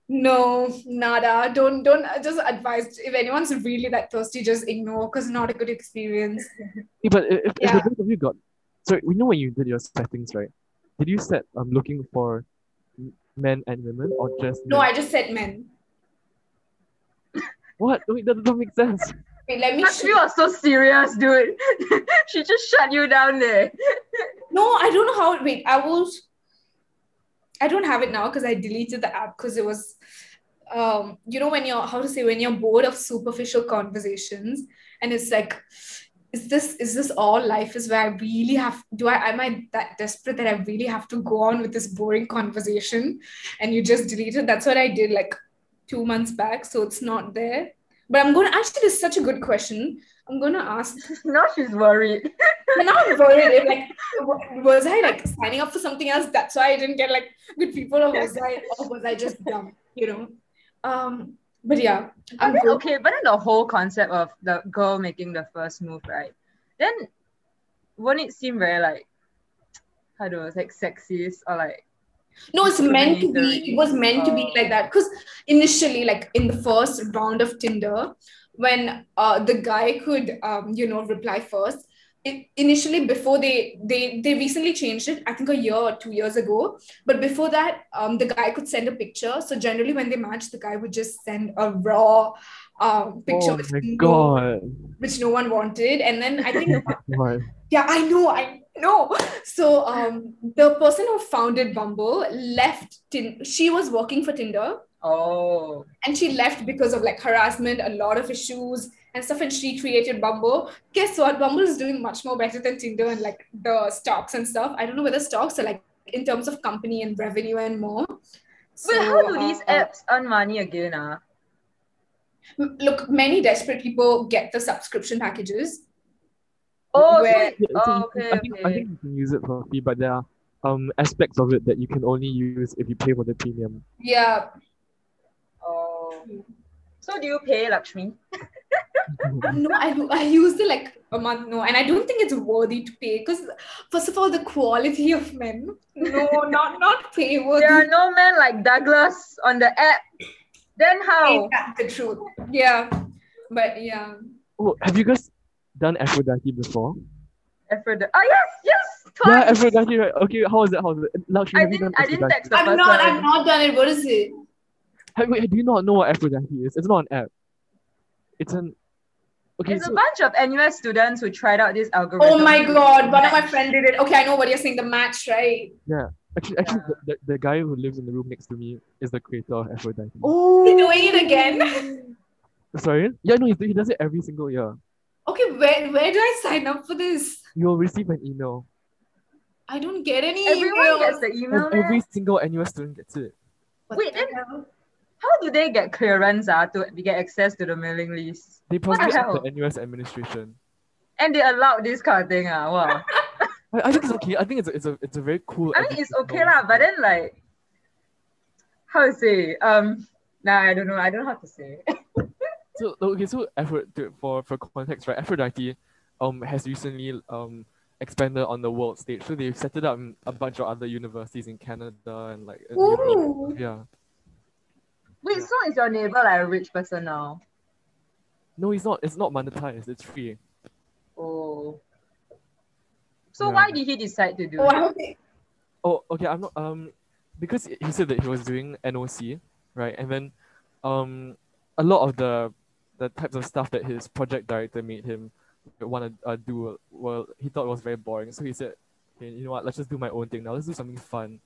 Speaker 1: No, nada. Don't don't I just advise if anyone's really that thirsty, just ignore because not a good experience.
Speaker 3: Yeah, but if, if
Speaker 1: Yeah.
Speaker 3: the both of you got, sorry, we know when you did your settings, right? Did you set um looking for m- men and women or just
Speaker 1: No,
Speaker 3: men?
Speaker 1: I just said men.
Speaker 3: What? Wait, that doesn't make sense.
Speaker 1: Wait, let me
Speaker 2: but she was so serious, dude. she just shut you down there.
Speaker 1: No, I don't know how. Wait, I will. I don't have it now because I deleted the app because it was, um, you know, when you're how to say when you're bored of superficial conversations and it's like, is this is this all life is where I really have do I am I that desperate that I really have to go on with this boring conversation, and you just delete it. That's what I did like two months back, so it's not there. But I'm gonna actually this is such a good question. I'm gonna ask
Speaker 2: now she's worried.
Speaker 1: but now I'm worried. If, like, w- was I like signing up for something else? That's why I didn't get like good people, or was I, or was I just dumb? You know. Um. But yeah,
Speaker 2: But
Speaker 1: I'm
Speaker 2: then,
Speaker 1: good.
Speaker 2: okay, but then the whole concept of the girl making the first move, right? Then won't it seem very like how do I say like sexist or like
Speaker 1: No, it's meant to be.
Speaker 2: discriminatory.
Speaker 1: It was meant to be
Speaker 2: Oh.
Speaker 1: like that because initially, like in the first round of Tinder, when uh the guy could um you know reply first. It, initially before they they they recently changed it i think a year or two years ago but before that um the guy could send a picture so generally when they matched the guy would just send a raw um picture
Speaker 3: oh
Speaker 1: which,
Speaker 3: my
Speaker 1: no,
Speaker 3: god.
Speaker 1: which no one wanted and then i think
Speaker 3: Why?
Speaker 1: yeah, I know, I know. So um, the person who founded Bumble left. Tin- she was working for Tinder,
Speaker 2: oh
Speaker 1: and she left because of like harassment, a lot of issues and stuff. And she created Bumble. Guess what? Bumble is doing much more better than Tinder and like the stocks and stuff. I don't know whether stocks are like in terms of company and revenue and more.
Speaker 2: But
Speaker 1: So,
Speaker 2: how do these
Speaker 1: uh,
Speaker 2: apps earn money again, ah?
Speaker 1: m- um, Look, many desperate people get the subscription packages.
Speaker 2: Oh, so
Speaker 1: where-
Speaker 2: it-
Speaker 3: Yeah, so
Speaker 2: oh,
Speaker 3: you can-
Speaker 2: okay,
Speaker 3: I think, I
Speaker 2: okay.
Speaker 3: think you can use it for free, but there are um aspects of it that you can only use if you pay for the premium.
Speaker 1: Yeah,
Speaker 2: Oh. So do you pay Lakshmi?
Speaker 1: no, I, do- I used it like a month, no, and I don't think it's worthy to pay because, first of all, the quality of men, no, not not pay worthy.
Speaker 2: There are no men like Douglas on the app. Then how?
Speaker 1: Ain't that the truth? Yeah, but yeah,
Speaker 3: oh, have you guys done Aphrodite before?
Speaker 2: Aphrodite. Oh yes, yes, twice.
Speaker 3: Yeah, Aphrodite, right? Okay, how is it? How is it? Lakshmi,
Speaker 2: I
Speaker 3: have you
Speaker 2: didn't
Speaker 3: done
Speaker 2: I didn't
Speaker 3: Aphrodite?
Speaker 2: text the
Speaker 1: i have
Speaker 2: first
Speaker 1: not,
Speaker 2: one.
Speaker 1: I've not done it. What is it?
Speaker 3: Hey, wait, do you not know what Aphrodite is? It's not an app. It's an okay.
Speaker 2: There's
Speaker 3: so
Speaker 2: a bunch of NUS students who tried out this algorithm.
Speaker 1: Oh my god, one of my friend did it. Okay, I know what you're saying. The match, right?
Speaker 3: actually, actually, the, the, the guy who lives in the room next to me is the creator of Aphrodite.
Speaker 2: Oh.
Speaker 1: He's doing it again.
Speaker 3: Sorry? Yeah, no, he, he does it every single year.
Speaker 1: Okay, where where do I sign up for this?
Speaker 3: You'll receive an email.
Speaker 1: I don't get any
Speaker 2: Everyone
Speaker 1: emails.
Speaker 2: gets the email.
Speaker 3: And
Speaker 2: meh?
Speaker 3: Oh, every single NUS student gets it.
Speaker 1: What
Speaker 2: Wait,
Speaker 1: the
Speaker 2: then-
Speaker 1: hell?
Speaker 2: How do they get clearance ah, to get access to the mailing list?
Speaker 3: They probably
Speaker 2: the
Speaker 3: ask the
Speaker 2: hell?
Speaker 3: NUS administration.
Speaker 2: And they allowed this kind of thing. Ah, wow.
Speaker 3: I, I think it's okay. I think it's a, it's a, it's a very cool.
Speaker 2: I mean, it's
Speaker 3: educational-
Speaker 2: okay lah, but then like, how to say? Um, nah, I don't know. I don't know how to say.
Speaker 3: So okay, so Aphro- to, for for context, right? Aphrodite, um, has recently um expanded on the world stage. So they've set it up in a bunch of other universities in Canada and like in Europe.
Speaker 1: Ooh.
Speaker 3: yeah.
Speaker 2: Wait, so is your neighbor like a rich person now?
Speaker 3: No, it's not. It's not monetized. It's free.
Speaker 2: Oh. So
Speaker 3: Yeah.
Speaker 2: why did he decide to do it?
Speaker 1: Wow.
Speaker 3: Oh, okay. I'm not. Um, because he said that he was doing NOC, right? And then, um, a lot of the the types of stuff that his project director made him want to uh, do well, he thought was very boring. So he said, okay, you know what? Let's just do my own thing now. Let's do something fun.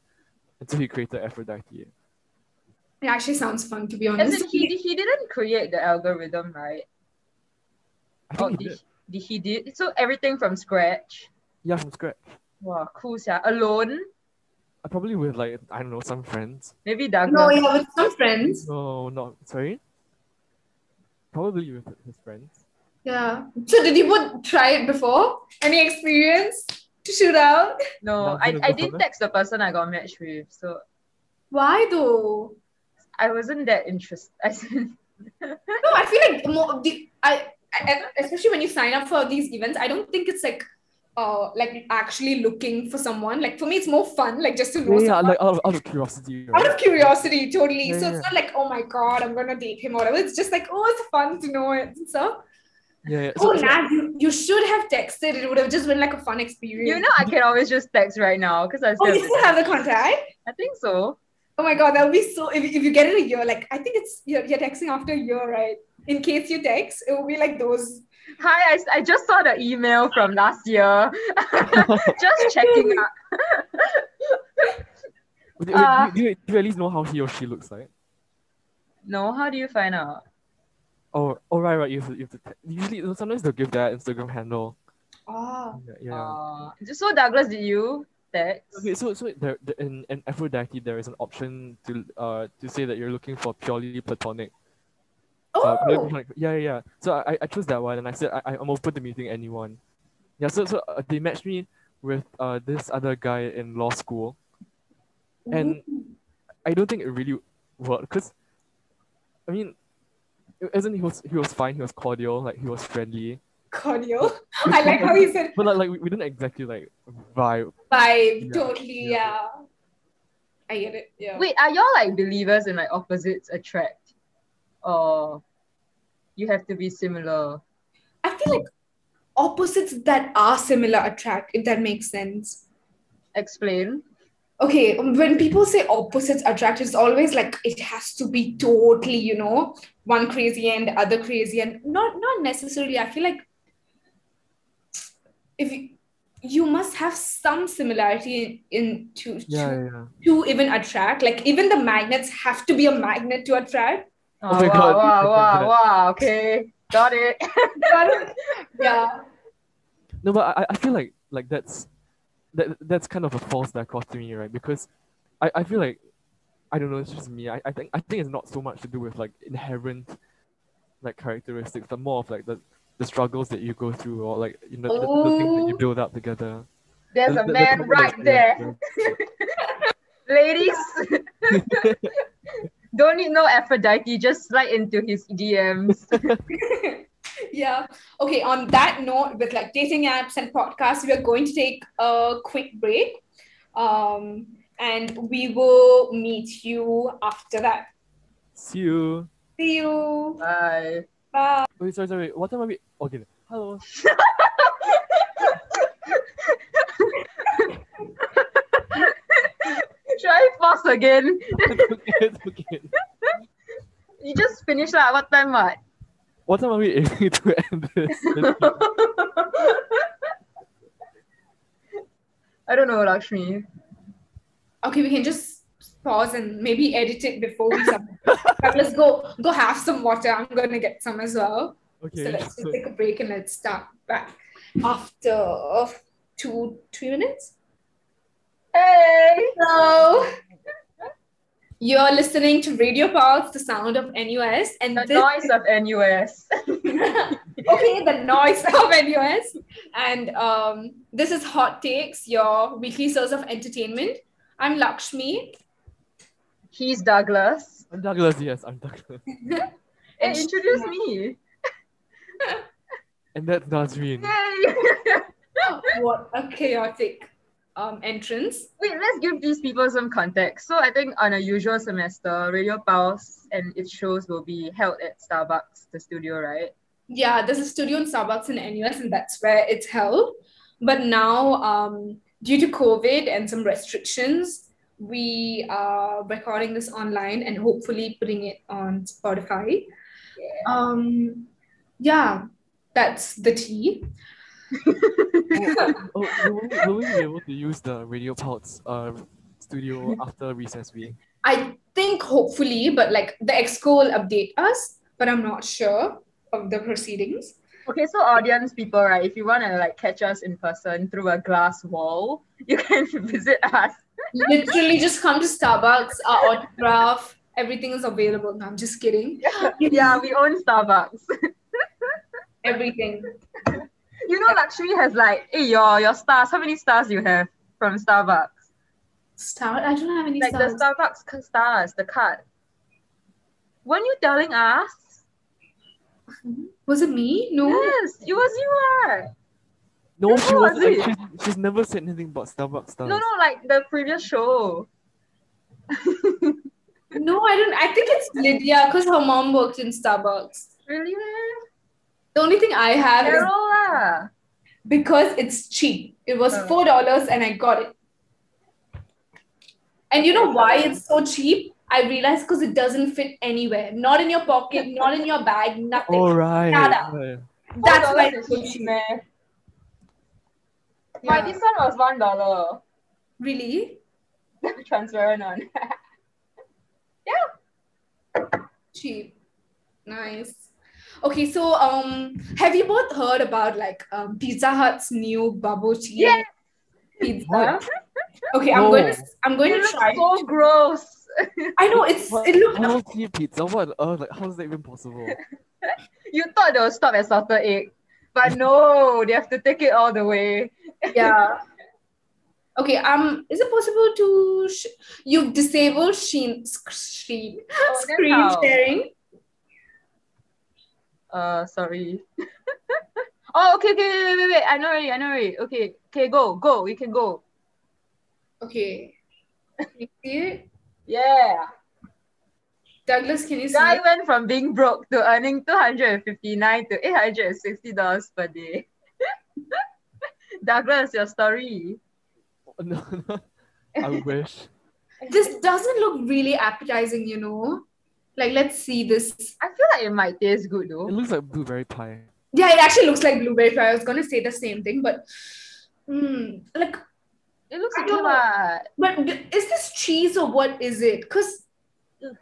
Speaker 3: And so he created Aphrodite.
Speaker 1: It actually sounds fun, to be
Speaker 2: As
Speaker 1: honest.
Speaker 2: in, he, he didn't create the algorithm, right?
Speaker 3: I
Speaker 2: Oh,
Speaker 3: think he
Speaker 2: did,
Speaker 3: did.
Speaker 2: did he did so everything from scratch.
Speaker 3: Yeah, from scratch.
Speaker 2: Wow, cool, yeah. Alone,
Speaker 3: Uh, Probably with like I don't know some friends.
Speaker 2: maybe Douglas.
Speaker 1: no, yeah, with some friends.
Speaker 3: No, not sorry. Probably with his friends.
Speaker 1: Yeah. So did you would try it before? Any experience to shoot out?
Speaker 2: No,
Speaker 3: Douglas
Speaker 2: I,
Speaker 3: is
Speaker 2: I
Speaker 3: the
Speaker 2: didn't
Speaker 3: first.
Speaker 2: text the person I got matched with, so
Speaker 1: Why though?
Speaker 2: I wasn't that interested. I said,
Speaker 1: No, I feel like more the I, I especially when you sign up for these events, I don't think it's like uh like actually looking for someone. Like for me, it's more fun, like just to know
Speaker 3: Yeah, yeah,
Speaker 1: someone.
Speaker 3: like out of, out of curiosity.
Speaker 1: out
Speaker 3: Right?
Speaker 1: of curiosity, totally.
Speaker 3: Yeah,
Speaker 1: so
Speaker 3: yeah.
Speaker 1: it's not like, oh my god, I'm gonna date him or whatever. It's just like, oh, it's fun to know it. So,
Speaker 3: yeah, yeah. So,
Speaker 1: oh,
Speaker 3: so-
Speaker 1: Nav, you, you should have texted. It would have just been like a fun experience.
Speaker 2: you know, I can always just text right now because I
Speaker 1: oh,
Speaker 2: still,
Speaker 1: you still have the contact.
Speaker 2: I think so.
Speaker 1: Oh my god, that would be so. If, if you get it a year, like I think it's you're, you're texting after a year, right? In case you text, it will be like those.
Speaker 2: Hi, I, s- I just saw the email from last year. just checking up.
Speaker 3: Wait, wait,
Speaker 2: Uh,
Speaker 3: do, you, do you at least know how he or she looks like?
Speaker 2: No, how do you find out?
Speaker 3: Oh, oh right, right. You have to, you have to te- usually no, sometimes they'll give their Instagram handle.
Speaker 1: Oh,
Speaker 3: Yeah. yeah.
Speaker 2: Uh, so Douglas, did you text?
Speaker 3: okay, so so there, there- in, in Aphrodite there is an option to uh to say that you're looking for purely platonic. Uh, purely
Speaker 1: oh,
Speaker 3: platonic- yeah, yeah, yeah. So I, I- I chose that one and I said I, I- I'm open to meeting anyone. Yeah. So so uh, they matched me with uh this other guy in law school.
Speaker 1: Mm-hmm.
Speaker 3: And I don't think it really worked because, I mean, it isn't he was he was fine. He was cordial. Like he was friendly.
Speaker 1: cordial. I like how he said
Speaker 3: But like, like we, we didn't exactly like vibe.
Speaker 1: vibe.
Speaker 3: Yeah,
Speaker 1: totally,
Speaker 3: yeah.
Speaker 1: yeah. I get it. Yeah.
Speaker 2: Wait, are y'all like believers in like opposites attract? Or you have to be similar?
Speaker 1: I feel like opposites that are similar attract, if that makes sense.
Speaker 2: Explain.
Speaker 1: Okay, um, when people say opposites attract, it's always like it has to be totally, you know, one crazy and the other crazy, and not not necessarily. I feel like if you, you must have some similarity in, in to, to
Speaker 3: yeah.
Speaker 1: to even attract. Like even the magnets have to be a magnet to attract.
Speaker 2: Oh,
Speaker 3: my
Speaker 2: wow,
Speaker 3: God.
Speaker 2: wow, wow, wow. Okay. Got it.
Speaker 1: yeah,
Speaker 3: No, but I, I feel like like that's that that's kind of a false dichotomy, right? Because I, I feel like I don't know. It's just me. I, I think I think it's not so much to do with like inherent like characteristics, but more of like the the struggles that you go through or like you know the, the things that you
Speaker 1: Oh.
Speaker 3: build up together.
Speaker 2: There's
Speaker 3: The-
Speaker 2: a
Speaker 3: the- the
Speaker 2: man
Speaker 3: couple
Speaker 2: right
Speaker 3: that's- yeah,
Speaker 2: there.
Speaker 3: yeah.
Speaker 2: Ladies, don't need no Aphrodite. Just slide into his DMs.
Speaker 1: yeah. Okay. On that note, with like dating apps and podcasts, we are going to take a quick break, um, and we will meet you after that.
Speaker 3: See you.
Speaker 1: See you.
Speaker 2: Bye.
Speaker 1: Bye.
Speaker 3: Wait, sorry, sorry. What time are we? Okay. Hello.
Speaker 2: Should I pause again?
Speaker 3: It's okay, it's okay.
Speaker 2: You just finished lah. What time what?
Speaker 3: What time are we aiming to end this?
Speaker 2: I don't know, Lakshmi.
Speaker 1: Okay, we can just pause and maybe edit it before we submit. But let's go. Go have some water. I'm gonna get some as well. So
Speaker 3: Okay.
Speaker 1: let's just take a break and let's start back after two three minutes.
Speaker 2: Hey!
Speaker 1: Hello. You're listening to Radio Pulse, the sound of NUS, and
Speaker 2: The
Speaker 1: this
Speaker 2: noise of NUS.
Speaker 1: okay, the noise of NUS. And um, this is Hot Takes, your weekly source of entertainment. I'm Lakshmi.
Speaker 2: He's Douglas.
Speaker 3: I'm Douglas, yes, I'm Douglas.
Speaker 2: Hey,
Speaker 1: And she-
Speaker 2: introduce me.
Speaker 3: And that's Nazreen.
Speaker 2: Yay!
Speaker 1: what a chaotic um, entrance.
Speaker 2: Wait, let's give these people some context. So I think on a usual semester, Radio Pulse and its shows will be held at Starbucks, the studio, right?
Speaker 1: Yeah, there's a studio in Starbucks in NUS, and that's where it's held. But now, um, due to COVID and some restrictions, we are recording this online and hopefully putting it on Spotify. Um, yeah, that's the tea.
Speaker 3: Oh, will, we, will we be able to use the Radio Pulse uh, studio after recess week?
Speaker 1: I think hopefully, but like the exco will update us, but I'm not sure of the proceedings.
Speaker 2: Okay, so audience people, right? If you want to like catch us in person through a glass wall, you can visit us.
Speaker 1: Literally, just come to Starbucks, our autograph, everything is available. No, I'm just kidding.
Speaker 2: yeah, we own Starbucks.
Speaker 1: Everything.
Speaker 2: You know, Luxury has like, hey, your your stars. How many stars you have from Starbucks?
Speaker 1: Star. I don't have any
Speaker 2: Like
Speaker 1: stars.
Speaker 2: the Starbucks c- stars, the card. Weren't you telling us?
Speaker 1: Mm-hmm. Was it me? No.
Speaker 2: Yes, it was you. Right?
Speaker 3: No,
Speaker 2: Yes,
Speaker 3: she
Speaker 2: who
Speaker 3: was.
Speaker 2: was it?
Speaker 3: She's, she's never said anything about Starbucks stars.
Speaker 2: No, no, like the previous show.
Speaker 1: No, I don't. I think it's Lydia because her mom worked in Starbucks.
Speaker 2: Really, man?
Speaker 1: The only thing I have
Speaker 2: Carol,
Speaker 1: is
Speaker 2: lah.
Speaker 1: because it's cheap. It was
Speaker 2: Oh.
Speaker 1: four dollars and I got it. And you know why it's so cheap? I realized because it doesn't fit anywhere. Not in your pocket, not in your bag, nothing.
Speaker 3: All right.
Speaker 1: Nada.
Speaker 3: right.
Speaker 1: That's why
Speaker 2: $4
Speaker 1: it's
Speaker 2: is
Speaker 1: so
Speaker 2: cheap,
Speaker 1: cheap.
Speaker 2: man.
Speaker 1: Yeah.
Speaker 2: But this one was one dollar.
Speaker 1: Really?
Speaker 2: Transparent on.
Speaker 1: Cheap. Nice. Okay, so um have you both heard about like um Pizza Hut's new bubble tea
Speaker 2: Yes.
Speaker 1: pizza?
Speaker 3: What?
Speaker 1: Okay, I'm
Speaker 3: No.
Speaker 1: going to I'm going
Speaker 2: It
Speaker 1: to
Speaker 2: looks
Speaker 1: try.
Speaker 2: so gross.
Speaker 1: I know it's
Speaker 3: What?
Speaker 1: it looked
Speaker 3: Bubble tea pizza? What on earth? Like, how is that even possible?
Speaker 2: You thought they'll stop at salted egg, but no, they have to take it all the way.
Speaker 1: yeah. Okay, um, is it possible to sh- you've disabled sheen sc- screen
Speaker 2: Oh, that's
Speaker 1: screen
Speaker 2: how.
Speaker 1: sharing?
Speaker 2: Uh, sorry. oh, okay, okay, wait, wait, wait, wait. I know already. I know already. Okay, okay, go, go. We can go.
Speaker 1: Okay. Can you see it?
Speaker 2: Yeah.
Speaker 1: Douglas, can you see
Speaker 2: Guy
Speaker 1: it?
Speaker 2: went from being broke to earning two hundred and fifty nine to eight hundred and sixty dollars per day. Douglas, your story.
Speaker 3: no, no. I wish.
Speaker 1: This doesn't look really appetizing, you know. Like, let's see this.
Speaker 2: I feel like it might taste good
Speaker 3: It
Speaker 2: though.
Speaker 3: looks like blueberry pie.
Speaker 1: Yeah, it actually looks like blueberry pie. I was gonna say the same thing, but hmm, like,
Speaker 2: It looks
Speaker 1: I
Speaker 2: good,
Speaker 1: don't know.
Speaker 2: but
Speaker 1: but d- is this cheese or what is it? Cause ugh.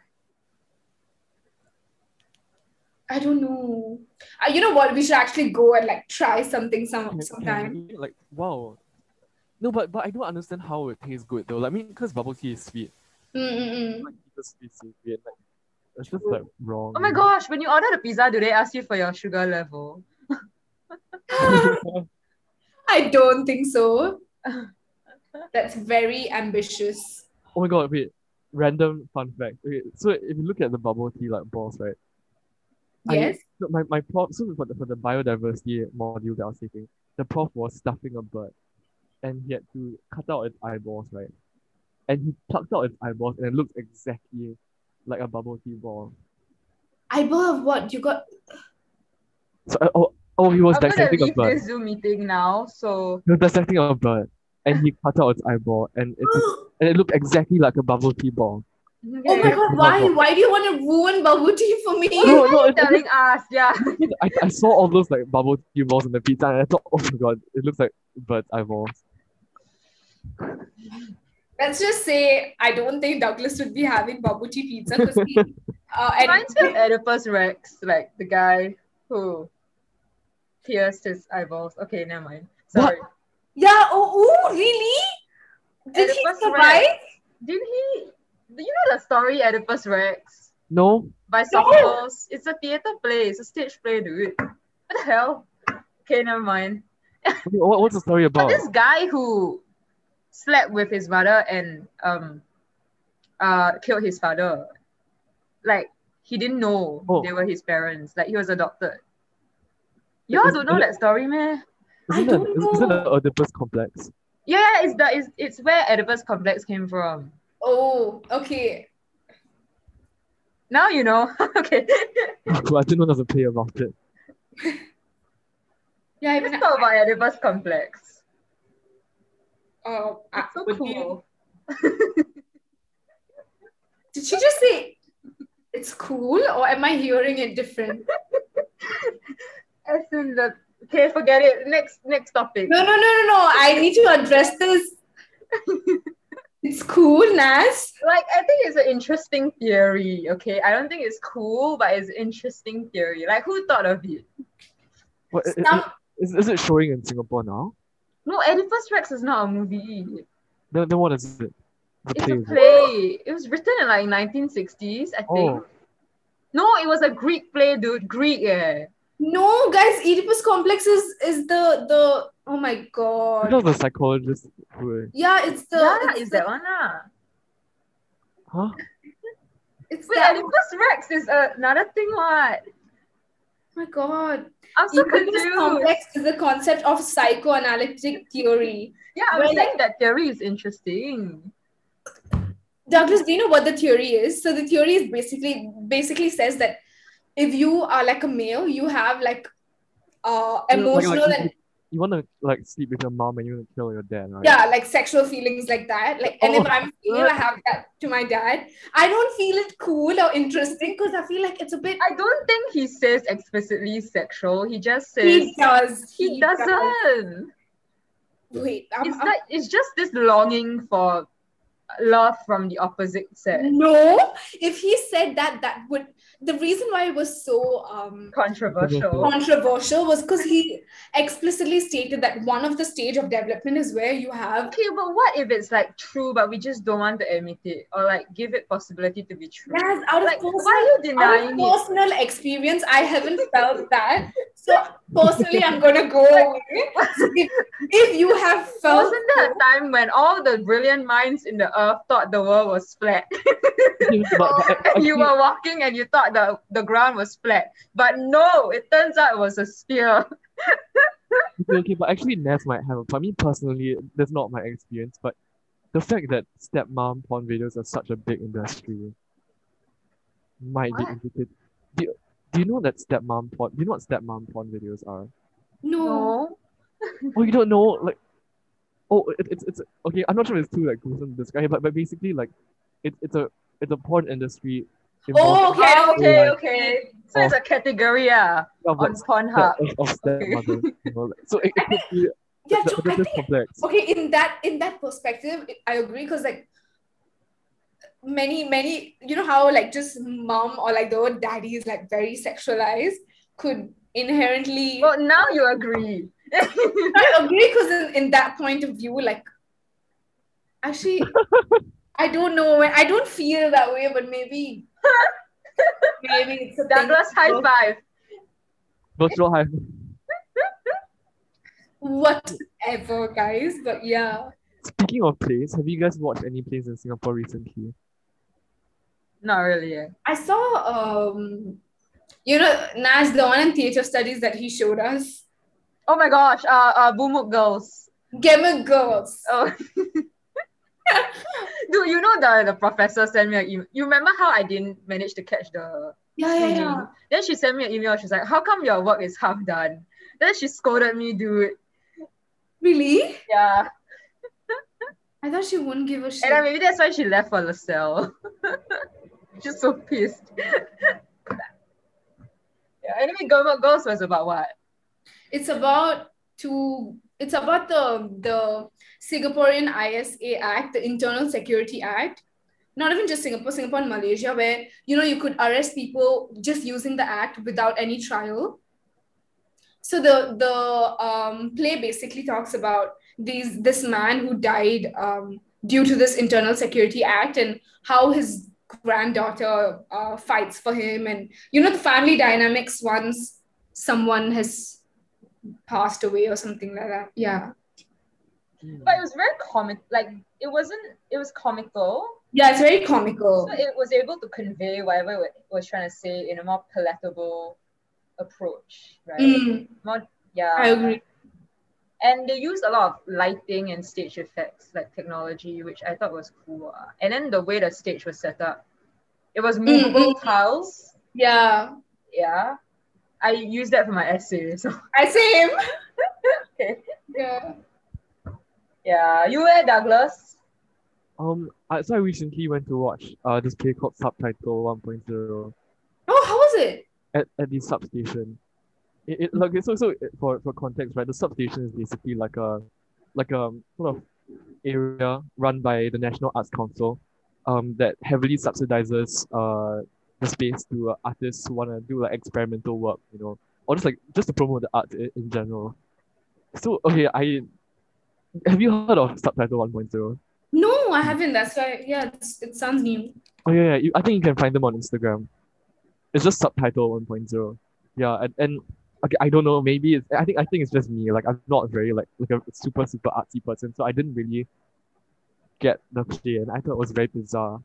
Speaker 1: I don't know. Uh, you know what? We should actually go and like try something some
Speaker 3: Can-
Speaker 1: sometime.
Speaker 3: can we, Like wow. No, but but I don't understand how it tastes good though. Like, I mean, because bubble tea is sweet.
Speaker 1: Mm-mm-mm.
Speaker 3: Like, it's just sweet, sweet, sweet. Like, it's just like wrong.
Speaker 2: oh my gosh, when you order the pizza, do they ask you for your sugar level?
Speaker 3: Oh
Speaker 1: I don't think so. That's very ambitious.
Speaker 3: Oh my god, wait. Random fun fact. Okay, so if you look at the bubble tea like balls, right? I-
Speaker 1: Yes.
Speaker 3: So my, my prof so for the, for the biodiversity module that I was taking, the prof was stuffing a bird and he had to cut out its eyeballs, right? And he plucked out its eyeballs and it looked exactly like a bubble tea ball.
Speaker 1: Eyeball of what? You got
Speaker 3: So uh, oh oh he was
Speaker 2: I'm gonna
Speaker 3: dissecting a
Speaker 2: leave
Speaker 3: bird.
Speaker 2: this Zoom meeting now. So
Speaker 3: He was dissecting a bird and he cut out its eyeball and it and it looked exactly like a bubble tea ball.
Speaker 1: Oh my
Speaker 2: Yeah.
Speaker 1: god, why? Why do you want to ruin bubble tea for me?
Speaker 3: No, no, it-
Speaker 2: telling us, yeah.
Speaker 3: I, I saw all those like bubble tea balls in the pizza and I thought, oh my god, it looks like bird's eyeballs.
Speaker 1: Let's just say I don't think Douglas would be having bubble tea pizza because he uh, and-
Speaker 2: Reminds me of Oedipus Rex, like the guy who pierced his eyeballs. Okay, never mind. Sorry.
Speaker 1: yeah. Oh, ooh, really? Did he
Speaker 2: Oedipus
Speaker 1: survive?
Speaker 2: Didn't he do you know the story Oedipus Rex?
Speaker 3: No?
Speaker 2: By Sophocles. It's a theater play, it's a stage play, dude. What the hell? Okay, never mind.
Speaker 3: What, what's the story
Speaker 2: But
Speaker 3: about?
Speaker 2: this guy who slept with his mother and um uh killed his father. Like he didn't know
Speaker 3: Oh.
Speaker 2: they were his parents. Like he was adopted. Y'all
Speaker 3: Is-
Speaker 2: don't know that story, man.
Speaker 1: I
Speaker 3: Isn't
Speaker 1: don't
Speaker 3: it, is- isn't it
Speaker 1: know.
Speaker 3: Oedipus complex?
Speaker 2: Yeah, it's the it's, it's where Oedipus complex came from.
Speaker 1: Oh, okay.
Speaker 2: Now you know. okay.
Speaker 3: Well, I didn't know there was a play about it.
Speaker 1: Yeah, even
Speaker 2: Let's talk about Oedipus complex.
Speaker 1: oh, I-
Speaker 2: It's so
Speaker 1: would you-
Speaker 2: cool.
Speaker 1: Did she just say it's cool, or am I hearing it different?
Speaker 2: As in the okay, forget it. Next next topic.
Speaker 1: No, no, no, no, no. I need to address this. It's cool, Nas.
Speaker 2: like I think it's an interesting theory. Okay, I don't think it's cool, but it's interesting theory. Like who thought of it?
Speaker 3: What, is,
Speaker 1: Some-
Speaker 3: is, is it showing in Singapore now?
Speaker 2: No, Oedipus Rex is not a movie.
Speaker 3: Then, then what is it? The
Speaker 2: It's
Speaker 3: play.
Speaker 2: a
Speaker 3: is it?
Speaker 2: play. It was written in like 1960s, I think.
Speaker 3: Oh.
Speaker 2: No, it was a Greek play, dude. Greek, eh? yeah.
Speaker 1: No, guys, Oedipus complex is is the the oh my
Speaker 3: You
Speaker 1: god.
Speaker 3: know the psychologist who,
Speaker 1: Yeah, it's the
Speaker 2: yeah,
Speaker 1: it's
Speaker 2: is
Speaker 1: the,
Speaker 2: that one ah?
Speaker 3: huh?
Speaker 1: it's
Speaker 2: Wait,
Speaker 1: that, oh
Speaker 2: Oedipus Rex is uh, another thing. What?
Speaker 1: oh my god.
Speaker 2: I'm so
Speaker 1: Oedipus
Speaker 2: confused.
Speaker 1: complex is the concept of psychoanalytic theory.
Speaker 2: Yeah, I'm
Speaker 1: Well,
Speaker 2: saying that theory is interesting.
Speaker 1: Douglas, do you know what the theory is? So the theory is basically basically says that if you are like a male, you have like uh
Speaker 3: You know, like-
Speaker 1: emotional
Speaker 3: like,
Speaker 1: and
Speaker 3: you want to like sleep with your mom and you want to kill your dad, right?
Speaker 1: yeah, like sexual feelings like that. Like, and if
Speaker 3: Oh.
Speaker 1: I'm female, I have that to my dad. I don't feel it cool or interesting because I feel like it's a bit.
Speaker 2: I don't think he says explicitly sexual. He just says
Speaker 1: He does.
Speaker 2: he doesn't.
Speaker 1: Wait, I'm,
Speaker 2: it's
Speaker 1: I'm-
Speaker 2: like it's just this longing for love from the opposite sex.
Speaker 1: no. If he said that, that would the reason why it was so um
Speaker 2: Controversial.
Speaker 1: controversial was because he explicitly stated that one of the stage of development is where you have
Speaker 2: Okay, but what if it's like true, but we just don't want to admit it or like give it possibility to be true?
Speaker 1: yes, out of
Speaker 2: Like,
Speaker 1: personal-
Speaker 2: why are you
Speaker 1: out of
Speaker 2: denying it?
Speaker 1: personal experience, I haven't felt that. So personally, I'm gonna go away. So if, if you have felt,
Speaker 2: Wasn't there a time when all the brilliant minds in the earth thought the world was flat?
Speaker 3: Yeah, but, but I-
Speaker 2: and you
Speaker 3: actually-
Speaker 2: were walking and you thought the, the ground was flat. But no, it turns out it was a sphere.
Speaker 3: Okay, okay, but actually, Ness might have. For me personally, that's not my experience. But the fact that stepmom porn videos are such a big industry might be
Speaker 2: What?
Speaker 3: indicated. Do, you- do you know that stepmom porn? Do you know what stepmom porn videos are?
Speaker 1: no,
Speaker 2: No.
Speaker 1: Mm-hmm.
Speaker 3: Oh, you don't know? Like, oh, it, it's it's okay. I'm not sure if it's too like gruesome to describe, but but basically, like, it's it's a it's a porn industry.
Speaker 1: Oh,
Speaker 3: involving
Speaker 2: Okay, okay,
Speaker 3: Yeah.
Speaker 2: okay. So it's a category, yeah,
Speaker 1: Oh,
Speaker 3: of,
Speaker 2: on
Speaker 3: like,
Speaker 2: Pornhub.
Speaker 3: step- of, of stepmother. you know, like- so it, it could be
Speaker 1: yeah,
Speaker 3: the-
Speaker 1: Joe,
Speaker 3: the-
Speaker 1: I
Speaker 3: this
Speaker 1: think
Speaker 3: complex.
Speaker 1: okay in that in that perspective i agree because like many many you know how like just mom or like the word daddy is like very sexualized could inherently
Speaker 2: Well, now you agree.
Speaker 1: i agree because in, in that point of view like actually i don't know when i don't feel that way but maybe maybe it's a thing.
Speaker 2: Douglas, high five.
Speaker 3: Virtual high.
Speaker 1: whatever guys but yeah
Speaker 3: Speaking of plays, have you guys watched any plays in Singapore recently?
Speaker 2: Not really. eh.
Speaker 1: i saw um you know Nas the one in theater studies that he showed us
Speaker 2: Oh my gosh, uh, uh Boomuk Girls.
Speaker 1: Gamer girls.
Speaker 2: Oh. Dude, you know the, the professor sent me an email. You remember how I didn't manage to catch the
Speaker 1: Yeah, yeah, yeah.
Speaker 2: reading? Then she sent me an email. She's like, How come your work is half done? Then she scolded me, dude.
Speaker 1: Really?
Speaker 2: Yeah.
Speaker 1: I thought she wouldn't give a shit.
Speaker 2: And then maybe that's why she left for LaSalle. She's so pissed. yeah, anyway, Gilmore Girls was about what?
Speaker 1: It's about to. It's about the the Singaporean ISA Act, the Internal Security Act. Not even just Singapore, Singapore and Malaysia, where you know you could arrest people just using the act without any trial. So the the um, play basically talks about these this man who died um, due to this Internal Security Act and how his granddaughter uh, fights for him and you know the family dynamics once someone has passed away or something like that. Yeah.
Speaker 2: But it was very comic. Like it wasn't. It was comical.
Speaker 1: Yeah, it's very comical.
Speaker 2: So it was able to convey whatever it was trying to say in a more palatable approach, right?
Speaker 1: Mm,
Speaker 2: More, yeah.
Speaker 1: I agree.
Speaker 2: And they used a lot of lighting and stage effects, like technology, which I thought was cool. ah. And then the way the stage was set up, it was
Speaker 1: Mm-hmm.
Speaker 2: movable tiles.
Speaker 1: Yeah.
Speaker 2: Yeah. I used that for my essay. So
Speaker 1: I same.
Speaker 2: Okay.
Speaker 1: Yeah.
Speaker 2: yeah. You were Douglas.
Speaker 3: Um, I, so I recently went to watch uh this play called Subtitle 1.0
Speaker 1: Oh, how was it?
Speaker 3: at, at the substation. It, it like it's also for for context, right? The substation is basically like a like a sort of area run by the National Arts Council, um, that heavily subsidizes uh the space to uh, artists who wanna do like experimental work, you know, or just like just to promote the arts in, in general. So okay, I have you heard of Subtitle 1.0?
Speaker 1: No, I haven't. That's why. Yeah, it's, it sounds new.
Speaker 3: Oh yeah, yeah. You, I think you can find them on Instagram. It's just subtitle 1.0. Yeah, and, and okay, I don't know. Maybe it's, I think I think it's just me. Like I'm not very like like a super super artsy person, so I didn't really get the play, and I thought it was very bizarre.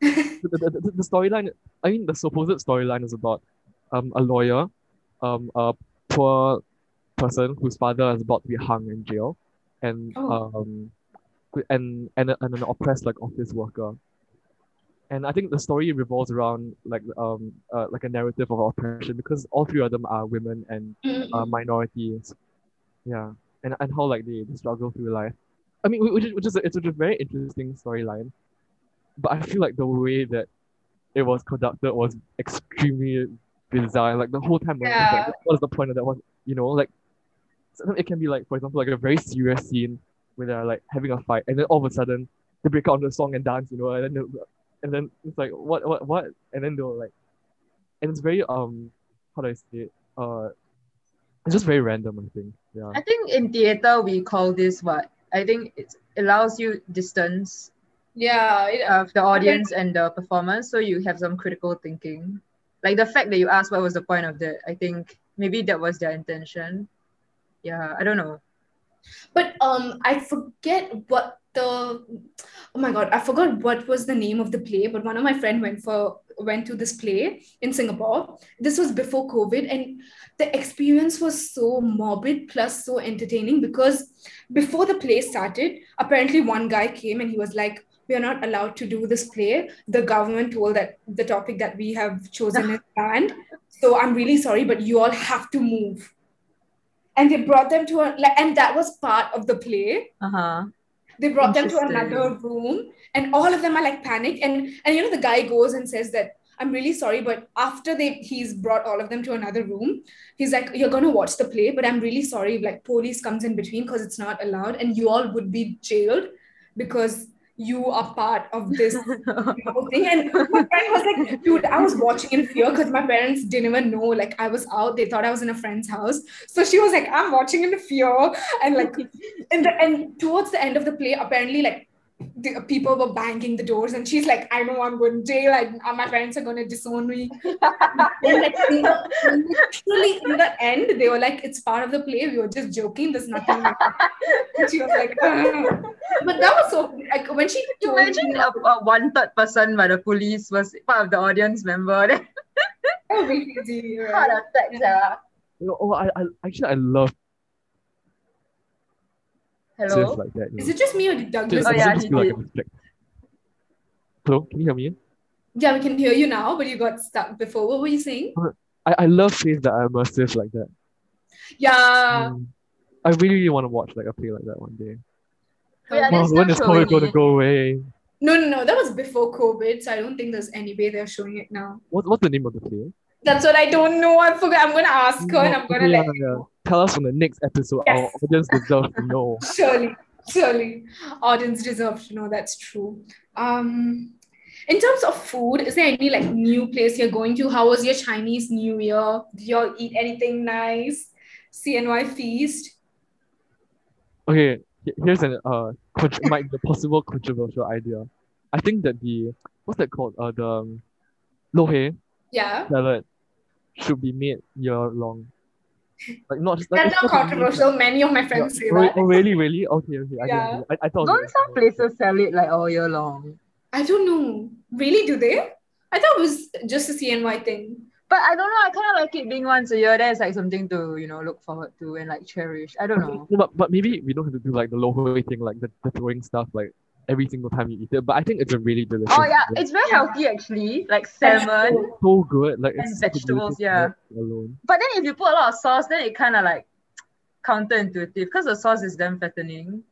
Speaker 3: the the, the, the storyline. I mean, the supposed storyline is about um a lawyer, um a poor person whose father is about to be hung in jail, and
Speaker 1: Oh.
Speaker 3: um and and, a- and an oppressed like office worker and I think the story revolves around like um uh, like a narrative of oppression because all three of them are women and
Speaker 1: Mm,
Speaker 3: uh, minorities, yeah, and and how like they, they struggle through life. I mean, whi- which is which is a, it's a very interesting storyline, but I feel like the way that it was conducted was extremely bizarre. Like the whole time, I was just like,
Speaker 1: Yeah.
Speaker 3: what is the point of that? What you know, like sometimes it can be like for example like a very serious scene where they're like having a fight and then all of a sudden they break out into song and dance, you know, and then they'll- and then it's like what what what and then they'll like and it's very um how do I say it? Uh it's just very random I think. Yeah.
Speaker 2: I think in theater we call this what? I think it allows you distance
Speaker 1: yeah. It,
Speaker 2: of the audience and the performers, so you have some critical thinking. Like the fact that you asked what was the point of that, I think maybe that was their intention. Yeah, I don't know.
Speaker 1: But um, I forget what the oh my god, I forgot what was the name of the play. But one of my friend went for went to this play in Singapore. This was before COVID, and the experience was so morbid plus so entertaining because before the play started, apparently one guy came and he was like. We are not allowed to do this play. The government told that the topic that we have chosen is banned. So I'm really sorry, but you all have to move and they brought them to a like, and that was part of the play
Speaker 2: Uh huh.
Speaker 1: they brought them to
Speaker 2: Interesting.
Speaker 1: another room and all of them are like panicked and and you know the guy goes and says that i'm really sorry but after they he's brought all of them to another room he's like you're going to watch the play but i'm really sorry like police comes in between because it's not allowed and you all would be jailed because you are part of this whole thing and my friend was like dude i was watching in fear because my parents didn't even know like i was out they thought i was in a friend's house so she was like i'm watching in fear and like and the, and towards the end of the play apparently like the people were banging the doors and she's like i know i'm going to jail I, uh, my parents are going to disown me and like they were literally in the end they were like it's part of the play we were just joking there's nothing like that. And she was like "Ugh." but that was so like when she told me-
Speaker 2: Imagine a, a wanted person by the police was part of the audience member. Then
Speaker 1: that would be crazy
Speaker 2: heart
Speaker 1: right?
Speaker 2: attack, yeah.
Speaker 3: You know, oh I, I actually I love
Speaker 2: Hello.
Speaker 3: scenes like that. you
Speaker 1: is
Speaker 3: know.
Speaker 1: it just me or did douglas
Speaker 3: Just-
Speaker 2: Oh,
Speaker 3: does it
Speaker 2: yeah,
Speaker 3: just
Speaker 2: he
Speaker 3: feel like
Speaker 2: did.
Speaker 3: a project? Hello, can you hear me?
Speaker 1: yeah we can hear you now but you got stuck before what were you saying
Speaker 3: I, I love plays that are immersive like that.
Speaker 1: yeah
Speaker 3: Mm. I really, really want to watch like a play like that one day.
Speaker 2: Wait, are they
Speaker 3: Wow,
Speaker 2: still
Speaker 3: when is COVID
Speaker 2: showing
Speaker 3: gonna
Speaker 2: it?
Speaker 3: go away?
Speaker 1: no no no that was before covid so i don't think there's any way they're showing it now
Speaker 3: What, what's the name of the play?
Speaker 1: That's what I don't know. I forgot. I'm gonna ask her and I'm gonna
Speaker 3: yeah,
Speaker 1: let you
Speaker 3: yeah.
Speaker 1: know.
Speaker 3: Tell us on the next episode.
Speaker 1: Yes.
Speaker 3: Our audience deserves to know.
Speaker 1: Surely, surely, audience deserve to know that's true. Um, in terms of food, is there any like new place you're going to? How was your Chinese New Year? Did y'all eat anything nice? CNY feast.
Speaker 3: Okay, he- here's an uh, contr might be a possible controversial idea. I think that the what's that called? Uh, the um, lohe
Speaker 1: Yeah.
Speaker 3: salad should be made year long. Like not just like
Speaker 1: That's not
Speaker 3: it's just a meme.
Speaker 1: controversial. Many of my
Speaker 3: Yeah.
Speaker 1: friends say
Speaker 3: Re-
Speaker 1: that.
Speaker 3: oh, really, really? Okay, okay. I,
Speaker 1: Yeah.
Speaker 3: Oh, yeah. I, I thought
Speaker 2: Don't some places sell it like all year long?
Speaker 1: I don't know. Really, do they? I thought it was just a CNY thing.
Speaker 2: But I don't know. I kind of like it being once a year. There's like something to you know look forward to and like cherish. I don't know.
Speaker 3: No, but, but maybe we don't have to do like the low thing, like the, the throwing stuff, like every single time you eat it. But I think it's a really delicious.
Speaker 2: Oh yeah,
Speaker 3: dish.
Speaker 2: it's very
Speaker 1: Yeah.
Speaker 2: healthy actually. Like
Speaker 1: That's
Speaker 2: salmon.
Speaker 1: true.
Speaker 3: so good. Like
Speaker 2: And
Speaker 3: it's such a
Speaker 2: vegetables,
Speaker 3: delicious
Speaker 2: yeah.
Speaker 3: dish Alone.
Speaker 2: But then if you put a lot of sauce, then it kind of like counterintuitive because the sauce is damn fattening.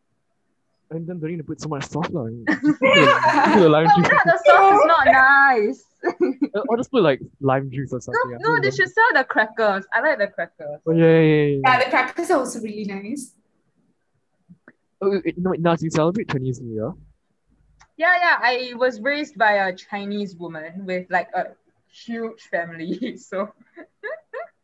Speaker 3: And then don't need to put so much sauce lah. Just put the- put the lime
Speaker 2: But
Speaker 3: juice.
Speaker 2: yeah, the sauce is not nice.
Speaker 3: Uh, Or just put like lime juice or something.
Speaker 2: No,
Speaker 3: I
Speaker 2: no,
Speaker 3: don't
Speaker 2: they
Speaker 3: know.
Speaker 2: should sell the crackers. I like the crackers.
Speaker 3: Oh yeah, yeah, yeah. yeah.
Speaker 1: Yeah, the crackers are also really nice.
Speaker 3: Oh, wait, wait, no, wait, now you celebrate Chinese New Year.
Speaker 2: Yeah, yeah. I was raised by a Chinese woman with like a huge family. So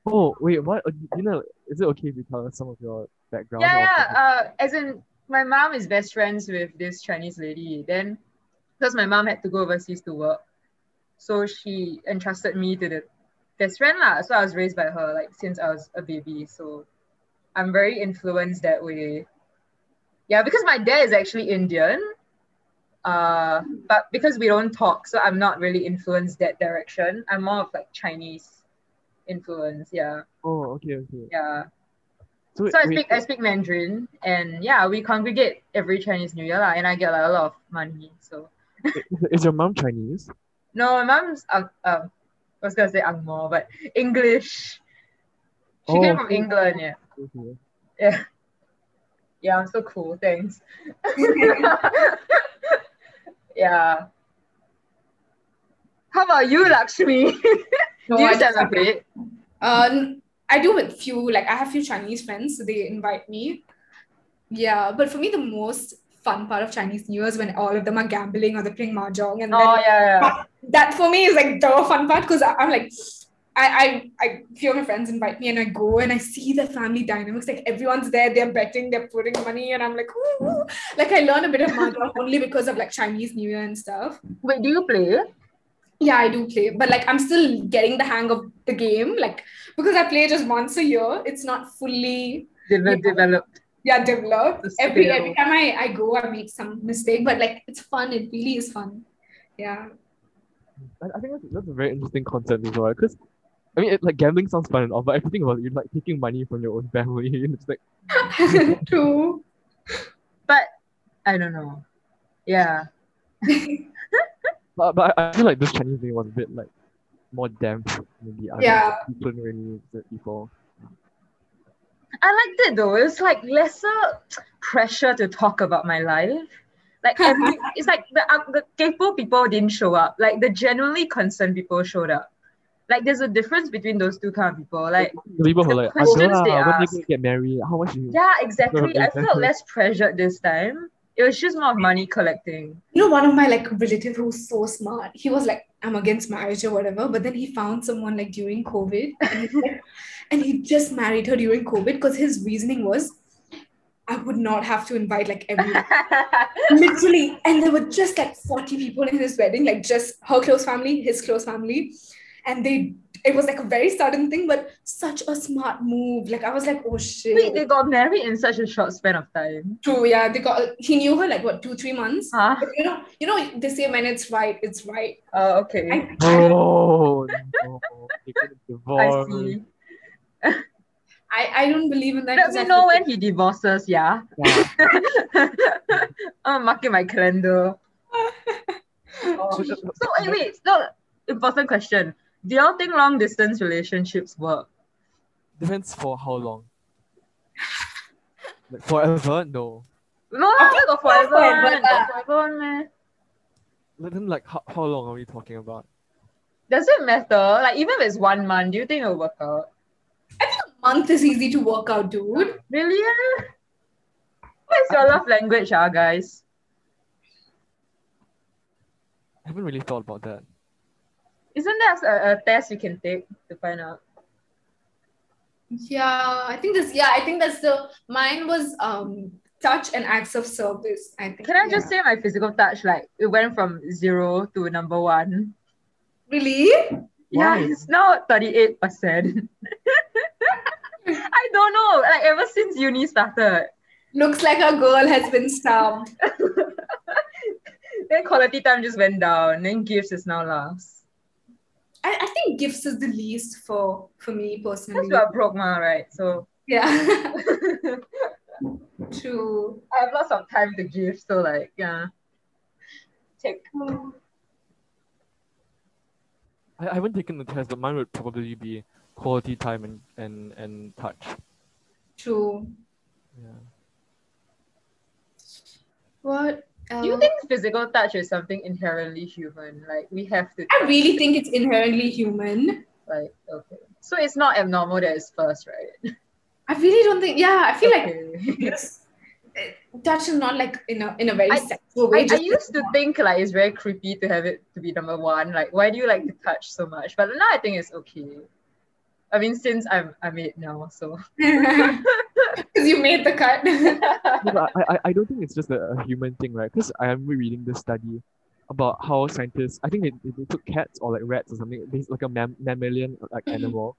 Speaker 3: Oh wait, what? Uh, You know, is it okay if you tell us some of your background?
Speaker 2: yeah,
Speaker 3: or-
Speaker 2: yeah. Uh, as in, my mom is best friends with this Chinese lady. Then, because my mom had to go overseas to work, so she entrusted me to the best friend lah. So I was raised by her like since I was a baby. So I'm very influenced that way. Yeah, because my dad is actually Indian. Uh, but because we don't talk, so I'm not really influenced that direction. I'm more of like Chinese influence. Yeah,
Speaker 3: Oh, okay, okay.
Speaker 2: yeah.
Speaker 3: So,
Speaker 2: So I
Speaker 3: wait,
Speaker 2: speak I speak Mandarin and yeah, we congregate every Chinese New Year lah, and I get like a lot of money. So
Speaker 3: is your mom Chinese?
Speaker 2: no, my mom's um, um I was gonna say Angmo, but English. She
Speaker 3: Oh,
Speaker 2: came from
Speaker 3: okay.
Speaker 2: England, yeah.
Speaker 3: Okay.
Speaker 2: Yeah. Yeah, I'm so cool, thanks. yeah. How about you, Lakshmi?
Speaker 1: No,
Speaker 2: Do
Speaker 1: I
Speaker 2: you
Speaker 1: just-
Speaker 2: celebrate?
Speaker 1: Um, I do with few, like I have few Chinese friends, so they invite me. Yeah, but for me, the most fun part of Chinese New Year is when all of them are gambling or they're playing mahjong, and
Speaker 2: Oh
Speaker 1: then
Speaker 2: yeah, yeah.
Speaker 1: that for me is like the fun part because I'm like, I, I, I, few of my friends invite me, and I go and I see the family dynamics. Like everyone's there, they're betting, they're putting money, and I'm like, ooh, ooh. like I learn a bit of mahjong only because of like Chinese New Year and stuff.
Speaker 2: Wait, do you play?
Speaker 1: Yeah, I do play, but like I'm still getting the hang of the game. Like because I play just once a year, it's not fully
Speaker 2: Deve-
Speaker 1: Yeah.
Speaker 2: Developed.
Speaker 1: yeah developed.
Speaker 2: The
Speaker 1: Every
Speaker 2: skill.
Speaker 1: every time I, I go, I make some mistake, but like it's fun. It really is fun. Yeah,
Speaker 3: I, I think that's, that's a very interesting concept as well. Because, I mean, it, like gambling sounds fun and all, but if you think about it, you're like taking money from your own family. And it's like,
Speaker 1: true.
Speaker 2: I don't know. Yeah.
Speaker 3: but, but I I feel like this Chinese thing was a bit like more damp, maybe. I don't know.
Speaker 1: Yeah.
Speaker 3: People didn't really use it before.
Speaker 2: I liked it though. It's like lesser pressure to talk about my life. Like every, it's like the, uh, the capable people didn't show up. Like the genuinely concerned people showed up. Like there's a difference between those two kind of people. Like
Speaker 3: People who
Speaker 2: the
Speaker 3: are like, I
Speaker 2: questions
Speaker 3: don't know,
Speaker 2: they
Speaker 3: when are you
Speaker 2: ask-
Speaker 3: gonna get married? How much do you
Speaker 2: yeah, exactly. I felt
Speaker 3: Exactly.
Speaker 2: less pressured this time. It was just more money collecting.
Speaker 1: You know, one of my like relative who's so smart. He was like, "I'm against marriage or whatever," but then he found someone like during COVID, and he's like- and he just married her during COVID because his reasoning was, "I would not have to invite like everyone." literally and there were just like 40 people in his wedding like just her close family his close family and they it was like a very sudden thing but such a smart move like i was like oh shit
Speaker 2: Wait, they got married in such a short span of time.
Speaker 1: true yeah they got he knew her like what two three months
Speaker 2: Huh?
Speaker 1: But you know you know they say when it's right it's right
Speaker 2: Oh, okay.
Speaker 1: I,
Speaker 3: Oh, no. They could have
Speaker 2: I
Speaker 3: divorced.
Speaker 2: see.
Speaker 1: I i don't believe in that
Speaker 2: Let
Speaker 1: 'cause
Speaker 2: me
Speaker 1: I
Speaker 2: know
Speaker 1: feel-
Speaker 2: when he divorces, yeah. Oh,
Speaker 3: Yeah.
Speaker 2: I'm marking my calendar. Oh.
Speaker 3: So,
Speaker 2: so
Speaker 3: uh,
Speaker 2: wait, wait, no important question. Do y'all think long distance relationships work?
Speaker 3: Depends for how long. Like forever? No.
Speaker 2: No, lah, where got forever
Speaker 1: forever
Speaker 2: one.
Speaker 3: uh,
Speaker 1: lah.
Speaker 2: Got forever one meh.
Speaker 3: Like, Then like how, how long are we talking about?
Speaker 2: Does it matter? Like even if it's one month, do you think it'll work out?
Speaker 1: month is easy to work out dude
Speaker 2: Really? eh? What is your love language, ah guys?
Speaker 3: I haven't really thought about that.
Speaker 2: Isn't there a, a test you can take to find out?
Speaker 1: yeah i think this yeah i think that's the mine was um touch and acts of service i think
Speaker 2: Can I
Speaker 1: Yeah.
Speaker 2: just say my physical touch, like it went from zero to number one?
Speaker 1: really
Speaker 2: Yeah,
Speaker 3: Why?
Speaker 2: it's now 38%. I don't know. Like ever since uni started,
Speaker 1: Looks like a girl has been stabbed.
Speaker 2: then quality time just went down. Then gifts is now last.
Speaker 1: I, I think gifts is the least for for me personally.
Speaker 2: That's what broke ma, right? So
Speaker 1: Yeah,
Speaker 2: I
Speaker 1: true.
Speaker 2: have lots of time to give. So like yeah. Take
Speaker 3: I, I haven't taken the test, but mine would probably be quality time and and, and touch.
Speaker 1: True.
Speaker 3: Yeah.
Speaker 1: What?
Speaker 2: Do you
Speaker 1: else?
Speaker 2: think physical touch is something inherently human? Like we have to
Speaker 1: I really think it's inherently human.
Speaker 2: like okay. So it's not abnormal that it's first, right?
Speaker 1: I really don't think. Yeah, I feel like
Speaker 2: Okay.
Speaker 1: yes, eh, touch is not like in a in a very
Speaker 2: I-
Speaker 1: sexual way.
Speaker 2: I, I
Speaker 1: just-
Speaker 2: used to think like it's very creepy to have it to be number one. Like why do you like to touch so much? But now I think it's okay. I mean since I'm I'm it now, so
Speaker 1: Because you made the cut.
Speaker 3: No, but I, I, I don't think it's just a, a human thing, right? Because I am reading this study about how scientists, I think they, they, they took cats or like rats or something, they- like a mam- mammalian like
Speaker 1: Mhm.
Speaker 3: animal,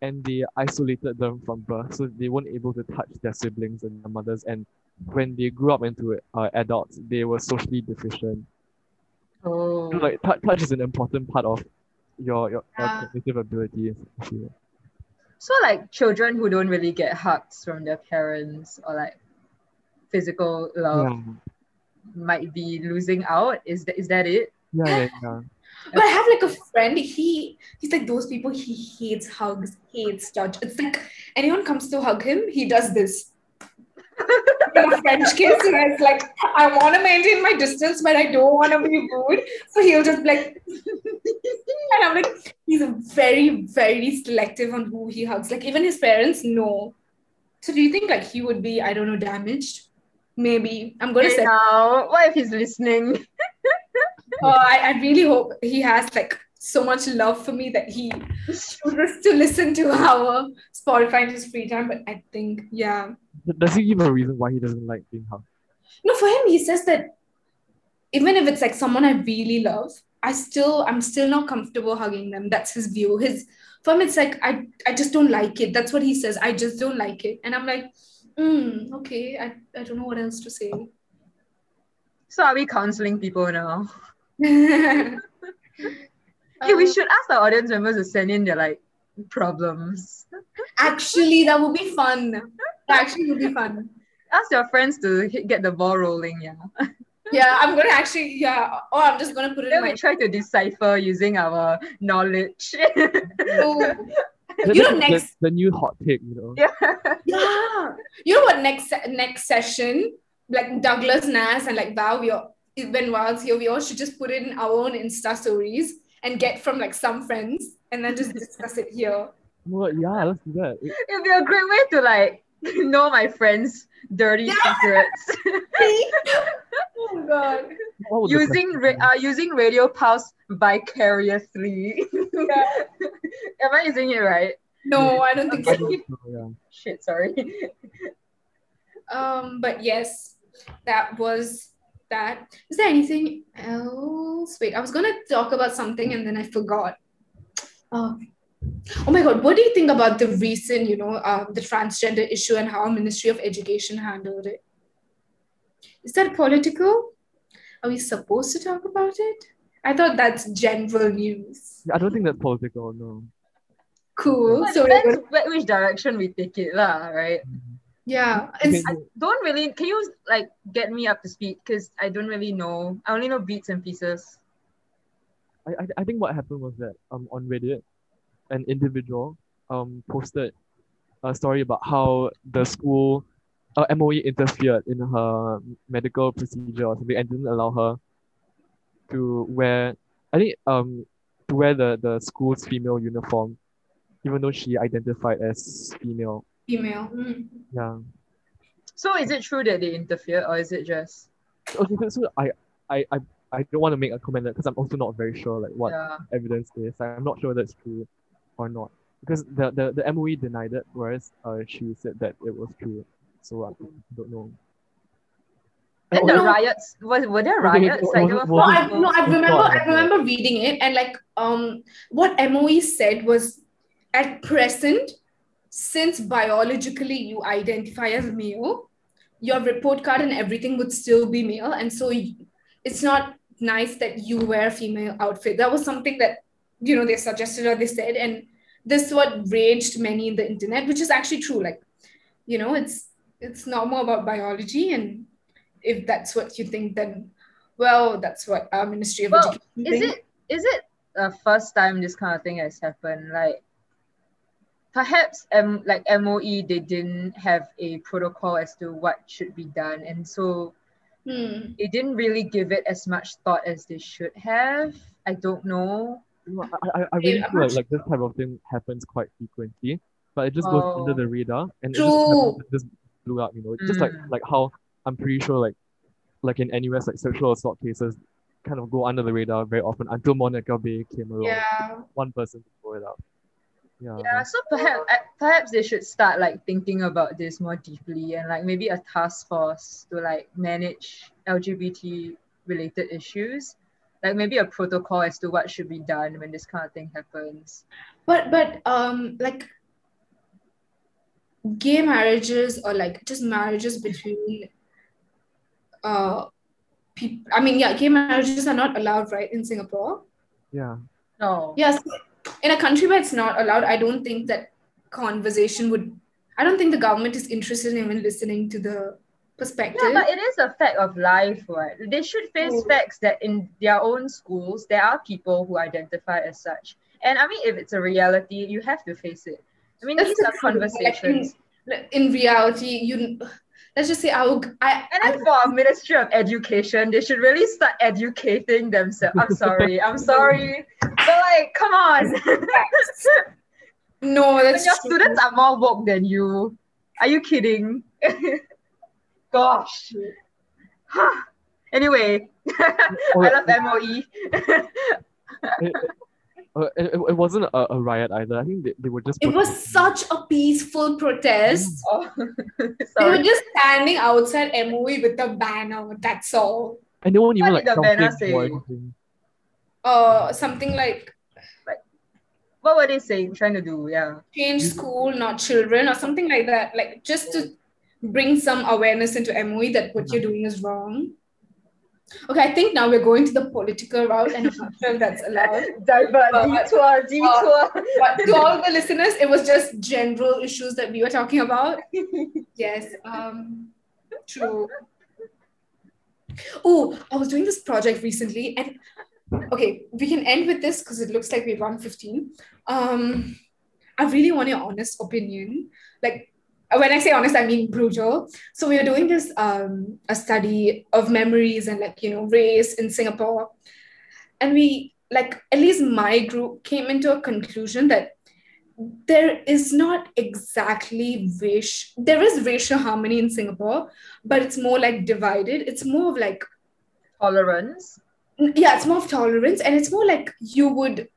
Speaker 3: and they isolated them from birth, so they weren't able to touch their siblings and their mothers. And when they grew up into uh, adults, they were socially deficient.
Speaker 2: oh
Speaker 3: So, like touch, touch is an important part of your your, your
Speaker 1: Yeah.
Speaker 3: cognitive ability. I feel.
Speaker 2: so like children who don't really get hugs from their parents or like physical love
Speaker 3: Yeah.
Speaker 2: might be losing out. Is that is that it?
Speaker 3: Yeah, yeah, yeah.
Speaker 1: But I have like a friend. He he's like those people. He hates hugs, hates touch. It's like anyone comes to hug him, he does this. In a French kiss, and it's like I want to maintain my distance, but I don't want to be rude. So he'll just be like, and I'm like, he's very, very selective on who he hugs. Like even his parents know. So do you think like he would be I don't know damaged? Maybe I'm gonna
Speaker 2: Hey
Speaker 1: say.
Speaker 2: now, what if he's listening?
Speaker 1: Oh, I, I really hope he has like so much love for me that he chooses to listen to our Spotify in his free time. But I think, yeah.
Speaker 3: Th- Does he give a reason why he doesn't like being hugged?
Speaker 1: No, for him, he says that even if it's like someone I really love, I still I'm still not comfortable hugging them. That's his view. His for him, it's like I I just don't like it. That's what he says. I just don't like it. And I'm like, mm, okay, I, I don't know what else to say.
Speaker 2: so are we counseling people now?
Speaker 1: yeah,
Speaker 2: hey,
Speaker 1: Uh,
Speaker 2: we should ask our audience members to send in their like problems.
Speaker 1: Uh, Actually, that would be fun. That actually would be fun.
Speaker 2: Ask your friends to hit, get the ball rolling. Yeah.
Speaker 1: Yeah, I'm gonna actually, yeah, or I'm just gonna put it in
Speaker 2: Then
Speaker 1: my
Speaker 2: we try to decipher using our knowledge.
Speaker 1: Oh,
Speaker 3: That-
Speaker 1: You know,
Speaker 3: that's the-
Speaker 1: next-
Speaker 3: the new hot take, you know.
Speaker 2: yeah.
Speaker 1: yeah. You know what? Next se- next session, like Douglas Nas and like Val, we all, when Val's here, we all should just put it in our own Insta stories and get from like some friends and then just discuss it here.
Speaker 3: Well, yeah, let's do that.
Speaker 2: It'd be a great way to like know my friends' dirty
Speaker 1: Yeah.
Speaker 2: secrets
Speaker 1: Oh God.
Speaker 3: What would the
Speaker 2: using
Speaker 3: question
Speaker 2: ra-
Speaker 3: be?
Speaker 2: uh, using radio pulse vicariously.
Speaker 1: Yeah.
Speaker 2: Am I using it right?
Speaker 1: No, I don't think
Speaker 3: I
Speaker 1: so.
Speaker 3: don't know, yeah.
Speaker 2: Shit, sorry.
Speaker 1: Um, but yes, that was that. Is there anything else? Wait, I was gonna talk about something and then I forgot. Oh, oh my god, what do you think about the recent, you know, um, the transgender issue and how Ministry of Education handled it? Is that political? Are we supposed to talk about it? I thought that's general news.
Speaker 3: Yeah, I don't think that's political, no.
Speaker 1: Cool.
Speaker 2: Well,
Speaker 1: So we're
Speaker 2: depends
Speaker 1: gonna-
Speaker 2: wh- which direction we take it, lah, right?
Speaker 1: yeah,
Speaker 3: Okay,
Speaker 1: it's
Speaker 3: no,
Speaker 2: Don't really. Can you like get me up to speed? Cause I don't really know. I only know beats and pieces.
Speaker 3: I, I, I think what happened was that um on Reddit, an individual um posted a story about how the school uh, MOE interfered in her medical procedure or something and didn't allow her to wear I think um to wear the, the school's female uniform, even though she identified as female.
Speaker 1: female. Mm.
Speaker 3: Yeah.
Speaker 2: So is it true that they interfere, or is it just
Speaker 3: okay so, so I, I i i don't want to make a comment because i'm also not very sure like what
Speaker 2: yeah?
Speaker 3: evidence is Like, i'm not sure that's true or not because the the, the moe denied it whereas uh, she said that it was true so i don't know
Speaker 2: Then Mm-hmm. the riots was were there riots? Like there were
Speaker 3: Well,
Speaker 1: No,
Speaker 3: this-
Speaker 1: I no, I
Speaker 3: this
Speaker 1: remember
Speaker 3: part,
Speaker 1: I remember reading it and like um what MOE said was at present, since biologically you identify as male, your report card and everything would still be male, and so y- it's not nice that you wear a female outfit. That was something that you know they suggested or they said, and this what raged many in the internet, which is actually true. Like, you know, it's it's normal about biology, and if that's what you think, then well, that's what our Ministry of
Speaker 2: Well,
Speaker 1: Education.
Speaker 2: is
Speaker 1: think.
Speaker 2: it is it the first time this kind of thing has happened like perhaps um like moe they didn't have a protocol as to what should be done and so
Speaker 1: Hmm.
Speaker 2: they didn't really give it as much thought as they should have i don't know
Speaker 3: No, I, I, I really
Speaker 1: I'm
Speaker 3: feel
Speaker 1: not
Speaker 3: like, like this type of thing happens quite frequently, but it just goes under
Speaker 2: Oh.
Speaker 3: the radar and it just,
Speaker 1: True.
Speaker 3: happened- it just blew up, you know. Just like
Speaker 2: Mm.
Speaker 3: like how I'm pretty sure like like in NUS like sexual assault cases kind of go under the radar very often until Monica Bay came along.
Speaker 1: Yeah.
Speaker 3: One person blew it up. Yeah.
Speaker 2: yeah so perhaps perhaps they should start like thinking about this more deeply and like maybe a task force to like manage lgbt related issues like maybe a protocol as to what should be done when this kind of thing happens
Speaker 1: But but um like gay marriages or like just marriages between uh people I mean yeah, gay marriages are not allowed, right, in Singapore.
Speaker 3: Yeah.
Speaker 2: No.
Speaker 1: Yes. In a country where it's not allowed, I don't think that conversation would I don't think the government is interested in even listening to the perspective.
Speaker 2: Yeah, but it is a fact of life, right? They should face
Speaker 1: Mm.
Speaker 2: facts that in their own schools there are people who identify as such. And I mean, if it's a reality, you have to face it. I mean,
Speaker 1: That's
Speaker 2: these
Speaker 1: the
Speaker 2: are
Speaker 1: thing, like, in-
Speaker 2: conversations.
Speaker 1: Like, in reality, you let's just say our I
Speaker 2: And then for our Ministry of Education, they should really start educating themselves. I'm sorry, I'm sorry, but like, come on,
Speaker 1: no,
Speaker 2: when
Speaker 1: that's
Speaker 2: your
Speaker 1: true.
Speaker 2: students are more woke than you. Are you kidding? Gosh. anyway, I
Speaker 3: Alright,
Speaker 2: love E. MOE.
Speaker 3: uh, it, it, it wasn't a, a riot either. I think they, they were just
Speaker 1: It was
Speaker 3: protesting.
Speaker 1: such a peaceful protest.
Speaker 2: Oh,
Speaker 1: They were
Speaker 2: sorry.
Speaker 1: just standing outside MOE with a banner. That's all.
Speaker 3: and they weren't even
Speaker 2: What
Speaker 3: like
Speaker 2: did the banner
Speaker 3: shouting or
Speaker 2: say?
Speaker 3: anything.
Speaker 1: Uh, something like
Speaker 2: What were they saying? Trying to do, yeah.
Speaker 1: change school, not children, or something like that. Like just to bring some awareness into MOE that what you're doing is wrong. Okay, I think now we're going to the political route, and I'm not sure if that's allowed.
Speaker 2: Divert,
Speaker 1: Uh,
Speaker 2: detour, detour.
Speaker 1: But to all the listeners, it was just general issues that we were talking about. yes, um, true. Oh, I was doing this project recently, and okay, we can end with this because it looks like we've run 15. Um, I really want your honest opinion. Like, uh, when I say honest, I mean brutal. So, we were doing this um, a study of memories and, like, you know, race in Singapore and we like at least my group came into a conclusion that there is not exactly race there is racial harmony in singapore but it's more like divided it's more of like
Speaker 2: Tolerance.
Speaker 1: yeah it's more of tolerance and it's more like you would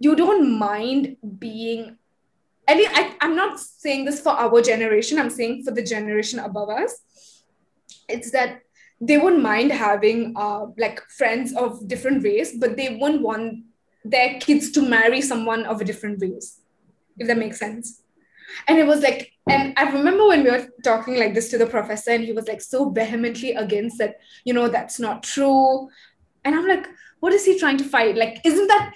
Speaker 1: you don't mind being at least I, i'm not saying this for our generation i'm saying for the generation above us it's that they wouldn't mind having uh, like friends of different race but they wouldn't want their kids to marry someone of a different race if that makes sense and it was like and i remember when we were talking like this to the professor and he was like so vehemently against that you know that's not true and i'm like what is he trying to fight like isn't that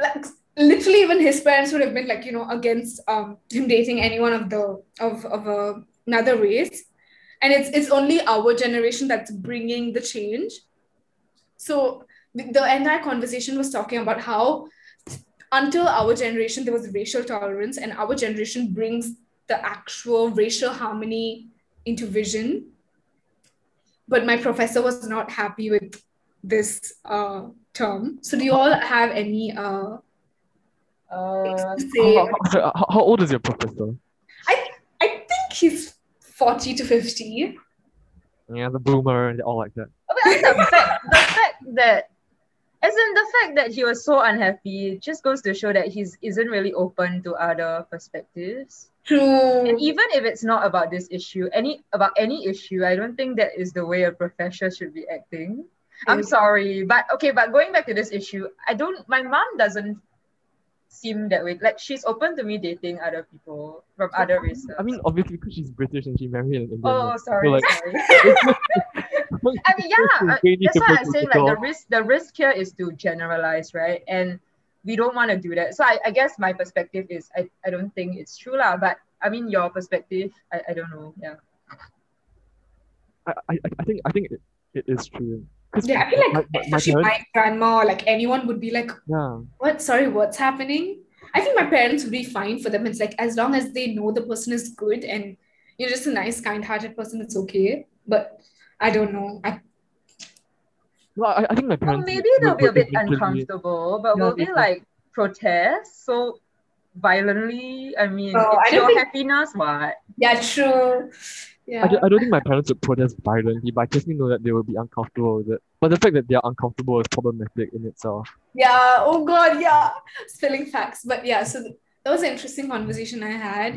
Speaker 1: like literally even his parents would have been like you know against um him dating anyone of the of of a, another race and it's it's only our generation that's bringing the change so the the entire conversation was talking about how until our generation there was racial tolerance and our generation brings the actual racial harmony into vision but my professor was not happy with this uh, term so do you all have any uh,
Speaker 2: Uh,
Speaker 1: to
Speaker 3: How,
Speaker 1: say
Speaker 3: how- sorry, how, how old is your professor?
Speaker 1: i think he's 40 to 50
Speaker 3: Yeah, the boomer and all like that.
Speaker 2: okay, I think the fact, the fact that As in the fact that he was so unhappy just goes to show that he's isn't really open to other perspectives.
Speaker 1: True.
Speaker 3: Mm.
Speaker 2: And even if it's not about this issue, any about any issue, I don't think that is the way a professor should be acting. I'm
Speaker 1: Mm.
Speaker 2: sorry, but okay, but going back to this issue, I don't my mom doesn't seem that way. Like she's open to me dating other people from other races.
Speaker 3: I mean, obviously, because she's British and she married an Indian.
Speaker 2: Oh,
Speaker 3: man.
Speaker 2: sorry,
Speaker 3: like-
Speaker 2: sorry. I mean,
Speaker 3: It's
Speaker 2: yeah, uh,
Speaker 3: really
Speaker 2: that's why I
Speaker 3: difficult
Speaker 2: say
Speaker 3: to
Speaker 2: like the
Speaker 3: tell.
Speaker 2: risk. The risk here is to generalize, right? And we don't want to do that. So I, I guess my perspective is I, I don't think it's true lah. But I mean, your perspective, I, I don't know. Yeah.
Speaker 3: I, I, I think I think it, it is true. 'Cause
Speaker 1: Yeah, I feel like
Speaker 3: my- my- my
Speaker 1: especially
Speaker 3: parents-
Speaker 1: my grandma or like anyone would be like,
Speaker 3: yeah.
Speaker 1: what sorry what's happening i think my parents would be fine for them it's like as long as they know the person is good and you're just a nice kind-hearted person it's okay but i don't know I,
Speaker 3: Well, I, I think my
Speaker 2: Well,
Speaker 3: parents.
Speaker 2: maybe
Speaker 3: would-
Speaker 2: they'll be a
Speaker 3: would
Speaker 2: bit
Speaker 3: eventually-
Speaker 2: uncomfortable, but
Speaker 3: Yeah,
Speaker 2: will they
Speaker 3: because-
Speaker 2: like protest so violently? I mean,
Speaker 1: No, Oh, I
Speaker 2: it's
Speaker 1: don't
Speaker 2: your
Speaker 1: think-
Speaker 2: happiness, what?
Speaker 1: yeah true yeah
Speaker 3: I, don't- I don't think my parents would protest violently, but I definitely know that they would be uncomfortable with it. But the fact that they are uncomfortable is problematic in itself.
Speaker 1: yeah oh god yeah spilling facts but yeah so th- that was an interesting conversation i had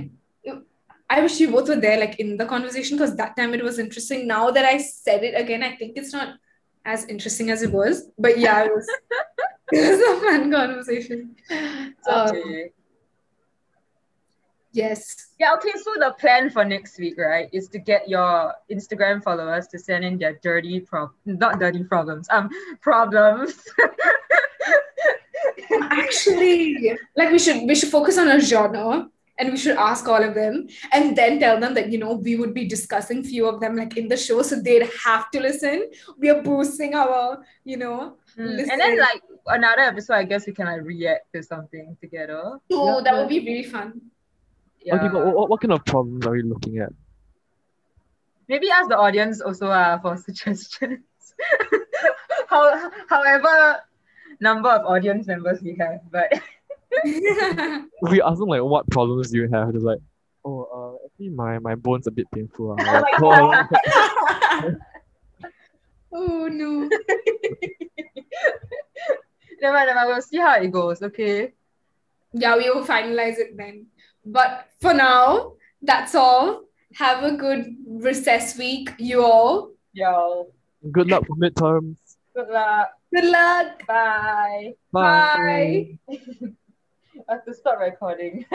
Speaker 1: i wish you both were there like in the conversation because that time it was interesting now that i said it again i think it's not as interesting as it was but yeah it was it was a fun conversation
Speaker 2: It's
Speaker 1: Um,
Speaker 2: okay.
Speaker 1: yes
Speaker 2: Yeah, okay, so the plan for next week, right, is to get your Instagram followers to send in their dirty prob not dirty problems, um problems.
Speaker 1: actually like we should we should focus on a genre and we should ask all of them and then tell them that you know we would be discussing few of them like in the show so they'd have to listen we are boosting our you know
Speaker 2: Mm,
Speaker 1: Listen.
Speaker 2: And then like another episode, I guess we can like react to something together.
Speaker 1: so that would be really fun
Speaker 2: Yeah.
Speaker 3: Okay, but what, what kind of problems are we looking at?
Speaker 2: Maybe ask the audience also uh, for suggestions. How, however number of audience members we have, but
Speaker 3: We ask them like, what problems do you have? They're like, oh, uh, actually, my my bones a bit painful. ah."
Speaker 1: Oh my
Speaker 3: Well,
Speaker 1: oh no
Speaker 2: never mind, never mind, we'll see how it goes, okay?
Speaker 1: yeah we will finalize it then but for now that's all have a good recess week you all
Speaker 2: Yo,
Speaker 3: Good luck for midterms.
Speaker 2: good luck.
Speaker 1: good luck
Speaker 2: Bye.
Speaker 1: Bye.
Speaker 2: I have to stop recording.